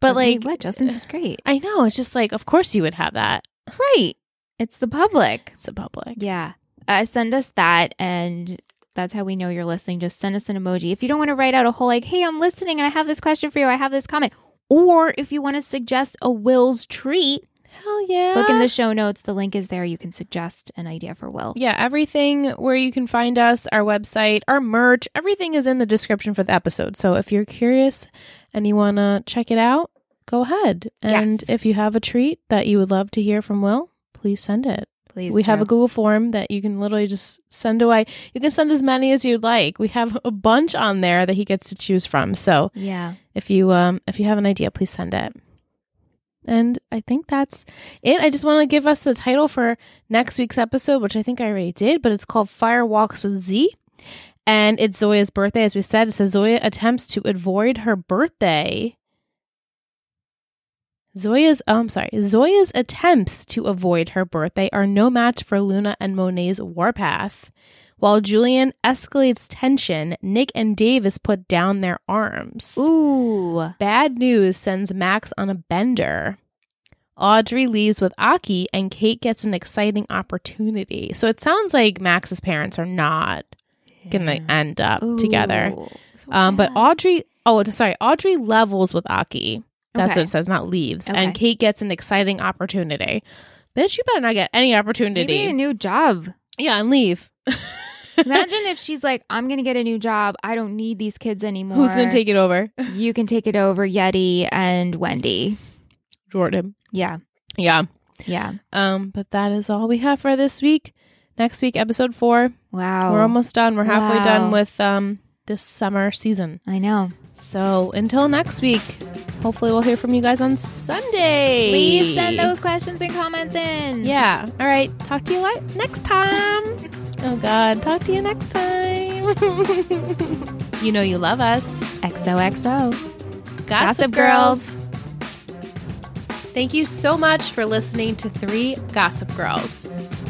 [SPEAKER 1] but like
[SPEAKER 2] what Justin's is great,
[SPEAKER 1] I know it's just like of course you would have that.
[SPEAKER 2] right? It's the public.
[SPEAKER 1] It's a public.
[SPEAKER 2] Yeah, uh, send us that, and that's how we know you're listening. Just send us an emoji. If you don't want to write out a whole like, "Hey, I'm listening, and I have this question for you. I have this comment," or if you want to suggest a Will's treat,
[SPEAKER 1] Hell yeah!
[SPEAKER 2] look in the show notes. The link is there. You can suggest an idea for Will.
[SPEAKER 1] yeah everything where you can find us, our website, our merch, everything is in the description for the episode. So if you're curious and you wanna check it out, go ahead. And
[SPEAKER 2] Yes.
[SPEAKER 1] if you have a treat that you would love to hear from Will, please send it.
[SPEAKER 2] Please,
[SPEAKER 1] we have
[SPEAKER 2] do.
[SPEAKER 1] a Google form that you can literally just send away. You can send as many as you'd like. We have a bunch on there that he gets to choose from. So
[SPEAKER 2] yeah.
[SPEAKER 1] if you um if you have an idea, please send it. And I think that's it. I just want to give us the title for next week's episode, which I think I already did, but it's called Fire Walks with Z. And it's Zoya's birthday, as we said. It says Zoya attempts to avoid her birthday. Zoya's oh, I'm sorry. Zoya's attempts to avoid her birthday are no match for Luna and Monet's warpath. While Julian escalates tension, Nick and Davis put down their arms.
[SPEAKER 2] Ooh,
[SPEAKER 1] Bad news sends Max on a bender. Audrey leaves with Aki, and Kate gets an exciting opportunity. So it sounds like Max's parents are not going to end up together.
[SPEAKER 2] Ooh, so
[SPEAKER 1] Um, but
[SPEAKER 2] sad.
[SPEAKER 1] Audrey, oh, sorry, Audrey levels with Aki. That's
[SPEAKER 2] Okay.
[SPEAKER 1] what it says, not leaves.
[SPEAKER 2] Okay.
[SPEAKER 1] And Kate gets an exciting opportunity. Bitch, you better not get any
[SPEAKER 2] You
[SPEAKER 1] opportunity.
[SPEAKER 2] need a new job.
[SPEAKER 1] yeah, and leave.
[SPEAKER 2] Imagine if she's like, I'm going to get a new job. I don't need these kids anymore.
[SPEAKER 1] Who's going to take it over?
[SPEAKER 2] You can take it over, Yeti and Wendy.
[SPEAKER 1] Jordan.
[SPEAKER 2] Yeah.
[SPEAKER 1] Yeah.
[SPEAKER 2] Yeah.
[SPEAKER 1] Um, but that is all we have for this week. Next week, episode four.
[SPEAKER 2] Wow.
[SPEAKER 1] We're almost done. We're halfway
[SPEAKER 2] Wow.
[SPEAKER 1] done with um this summer season.
[SPEAKER 2] I know.
[SPEAKER 1] So until next week, hopefully we'll hear from you guys on Sunday.
[SPEAKER 2] Please send those questions and comments in.
[SPEAKER 1] Yeah. All right. Talk to you li- next time. oh God. Talk to you next time. you know you love us,
[SPEAKER 2] XOXO.
[SPEAKER 1] Gossip,
[SPEAKER 2] Gossip
[SPEAKER 1] Girls. Thank you so much for listening to Three Gossip Girls.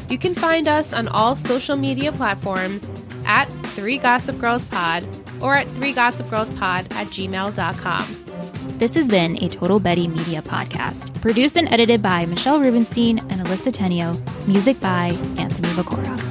[SPEAKER 1] You can find us on all social media platforms at Three Gossip Girls Pod or at Three Gossip Girls Pod at gmail.com.
[SPEAKER 2] This has been a Total Betty Media podcast, produced and edited by Michelle Rubenstein and Alyssa Tenio, music by Anthony Vacora.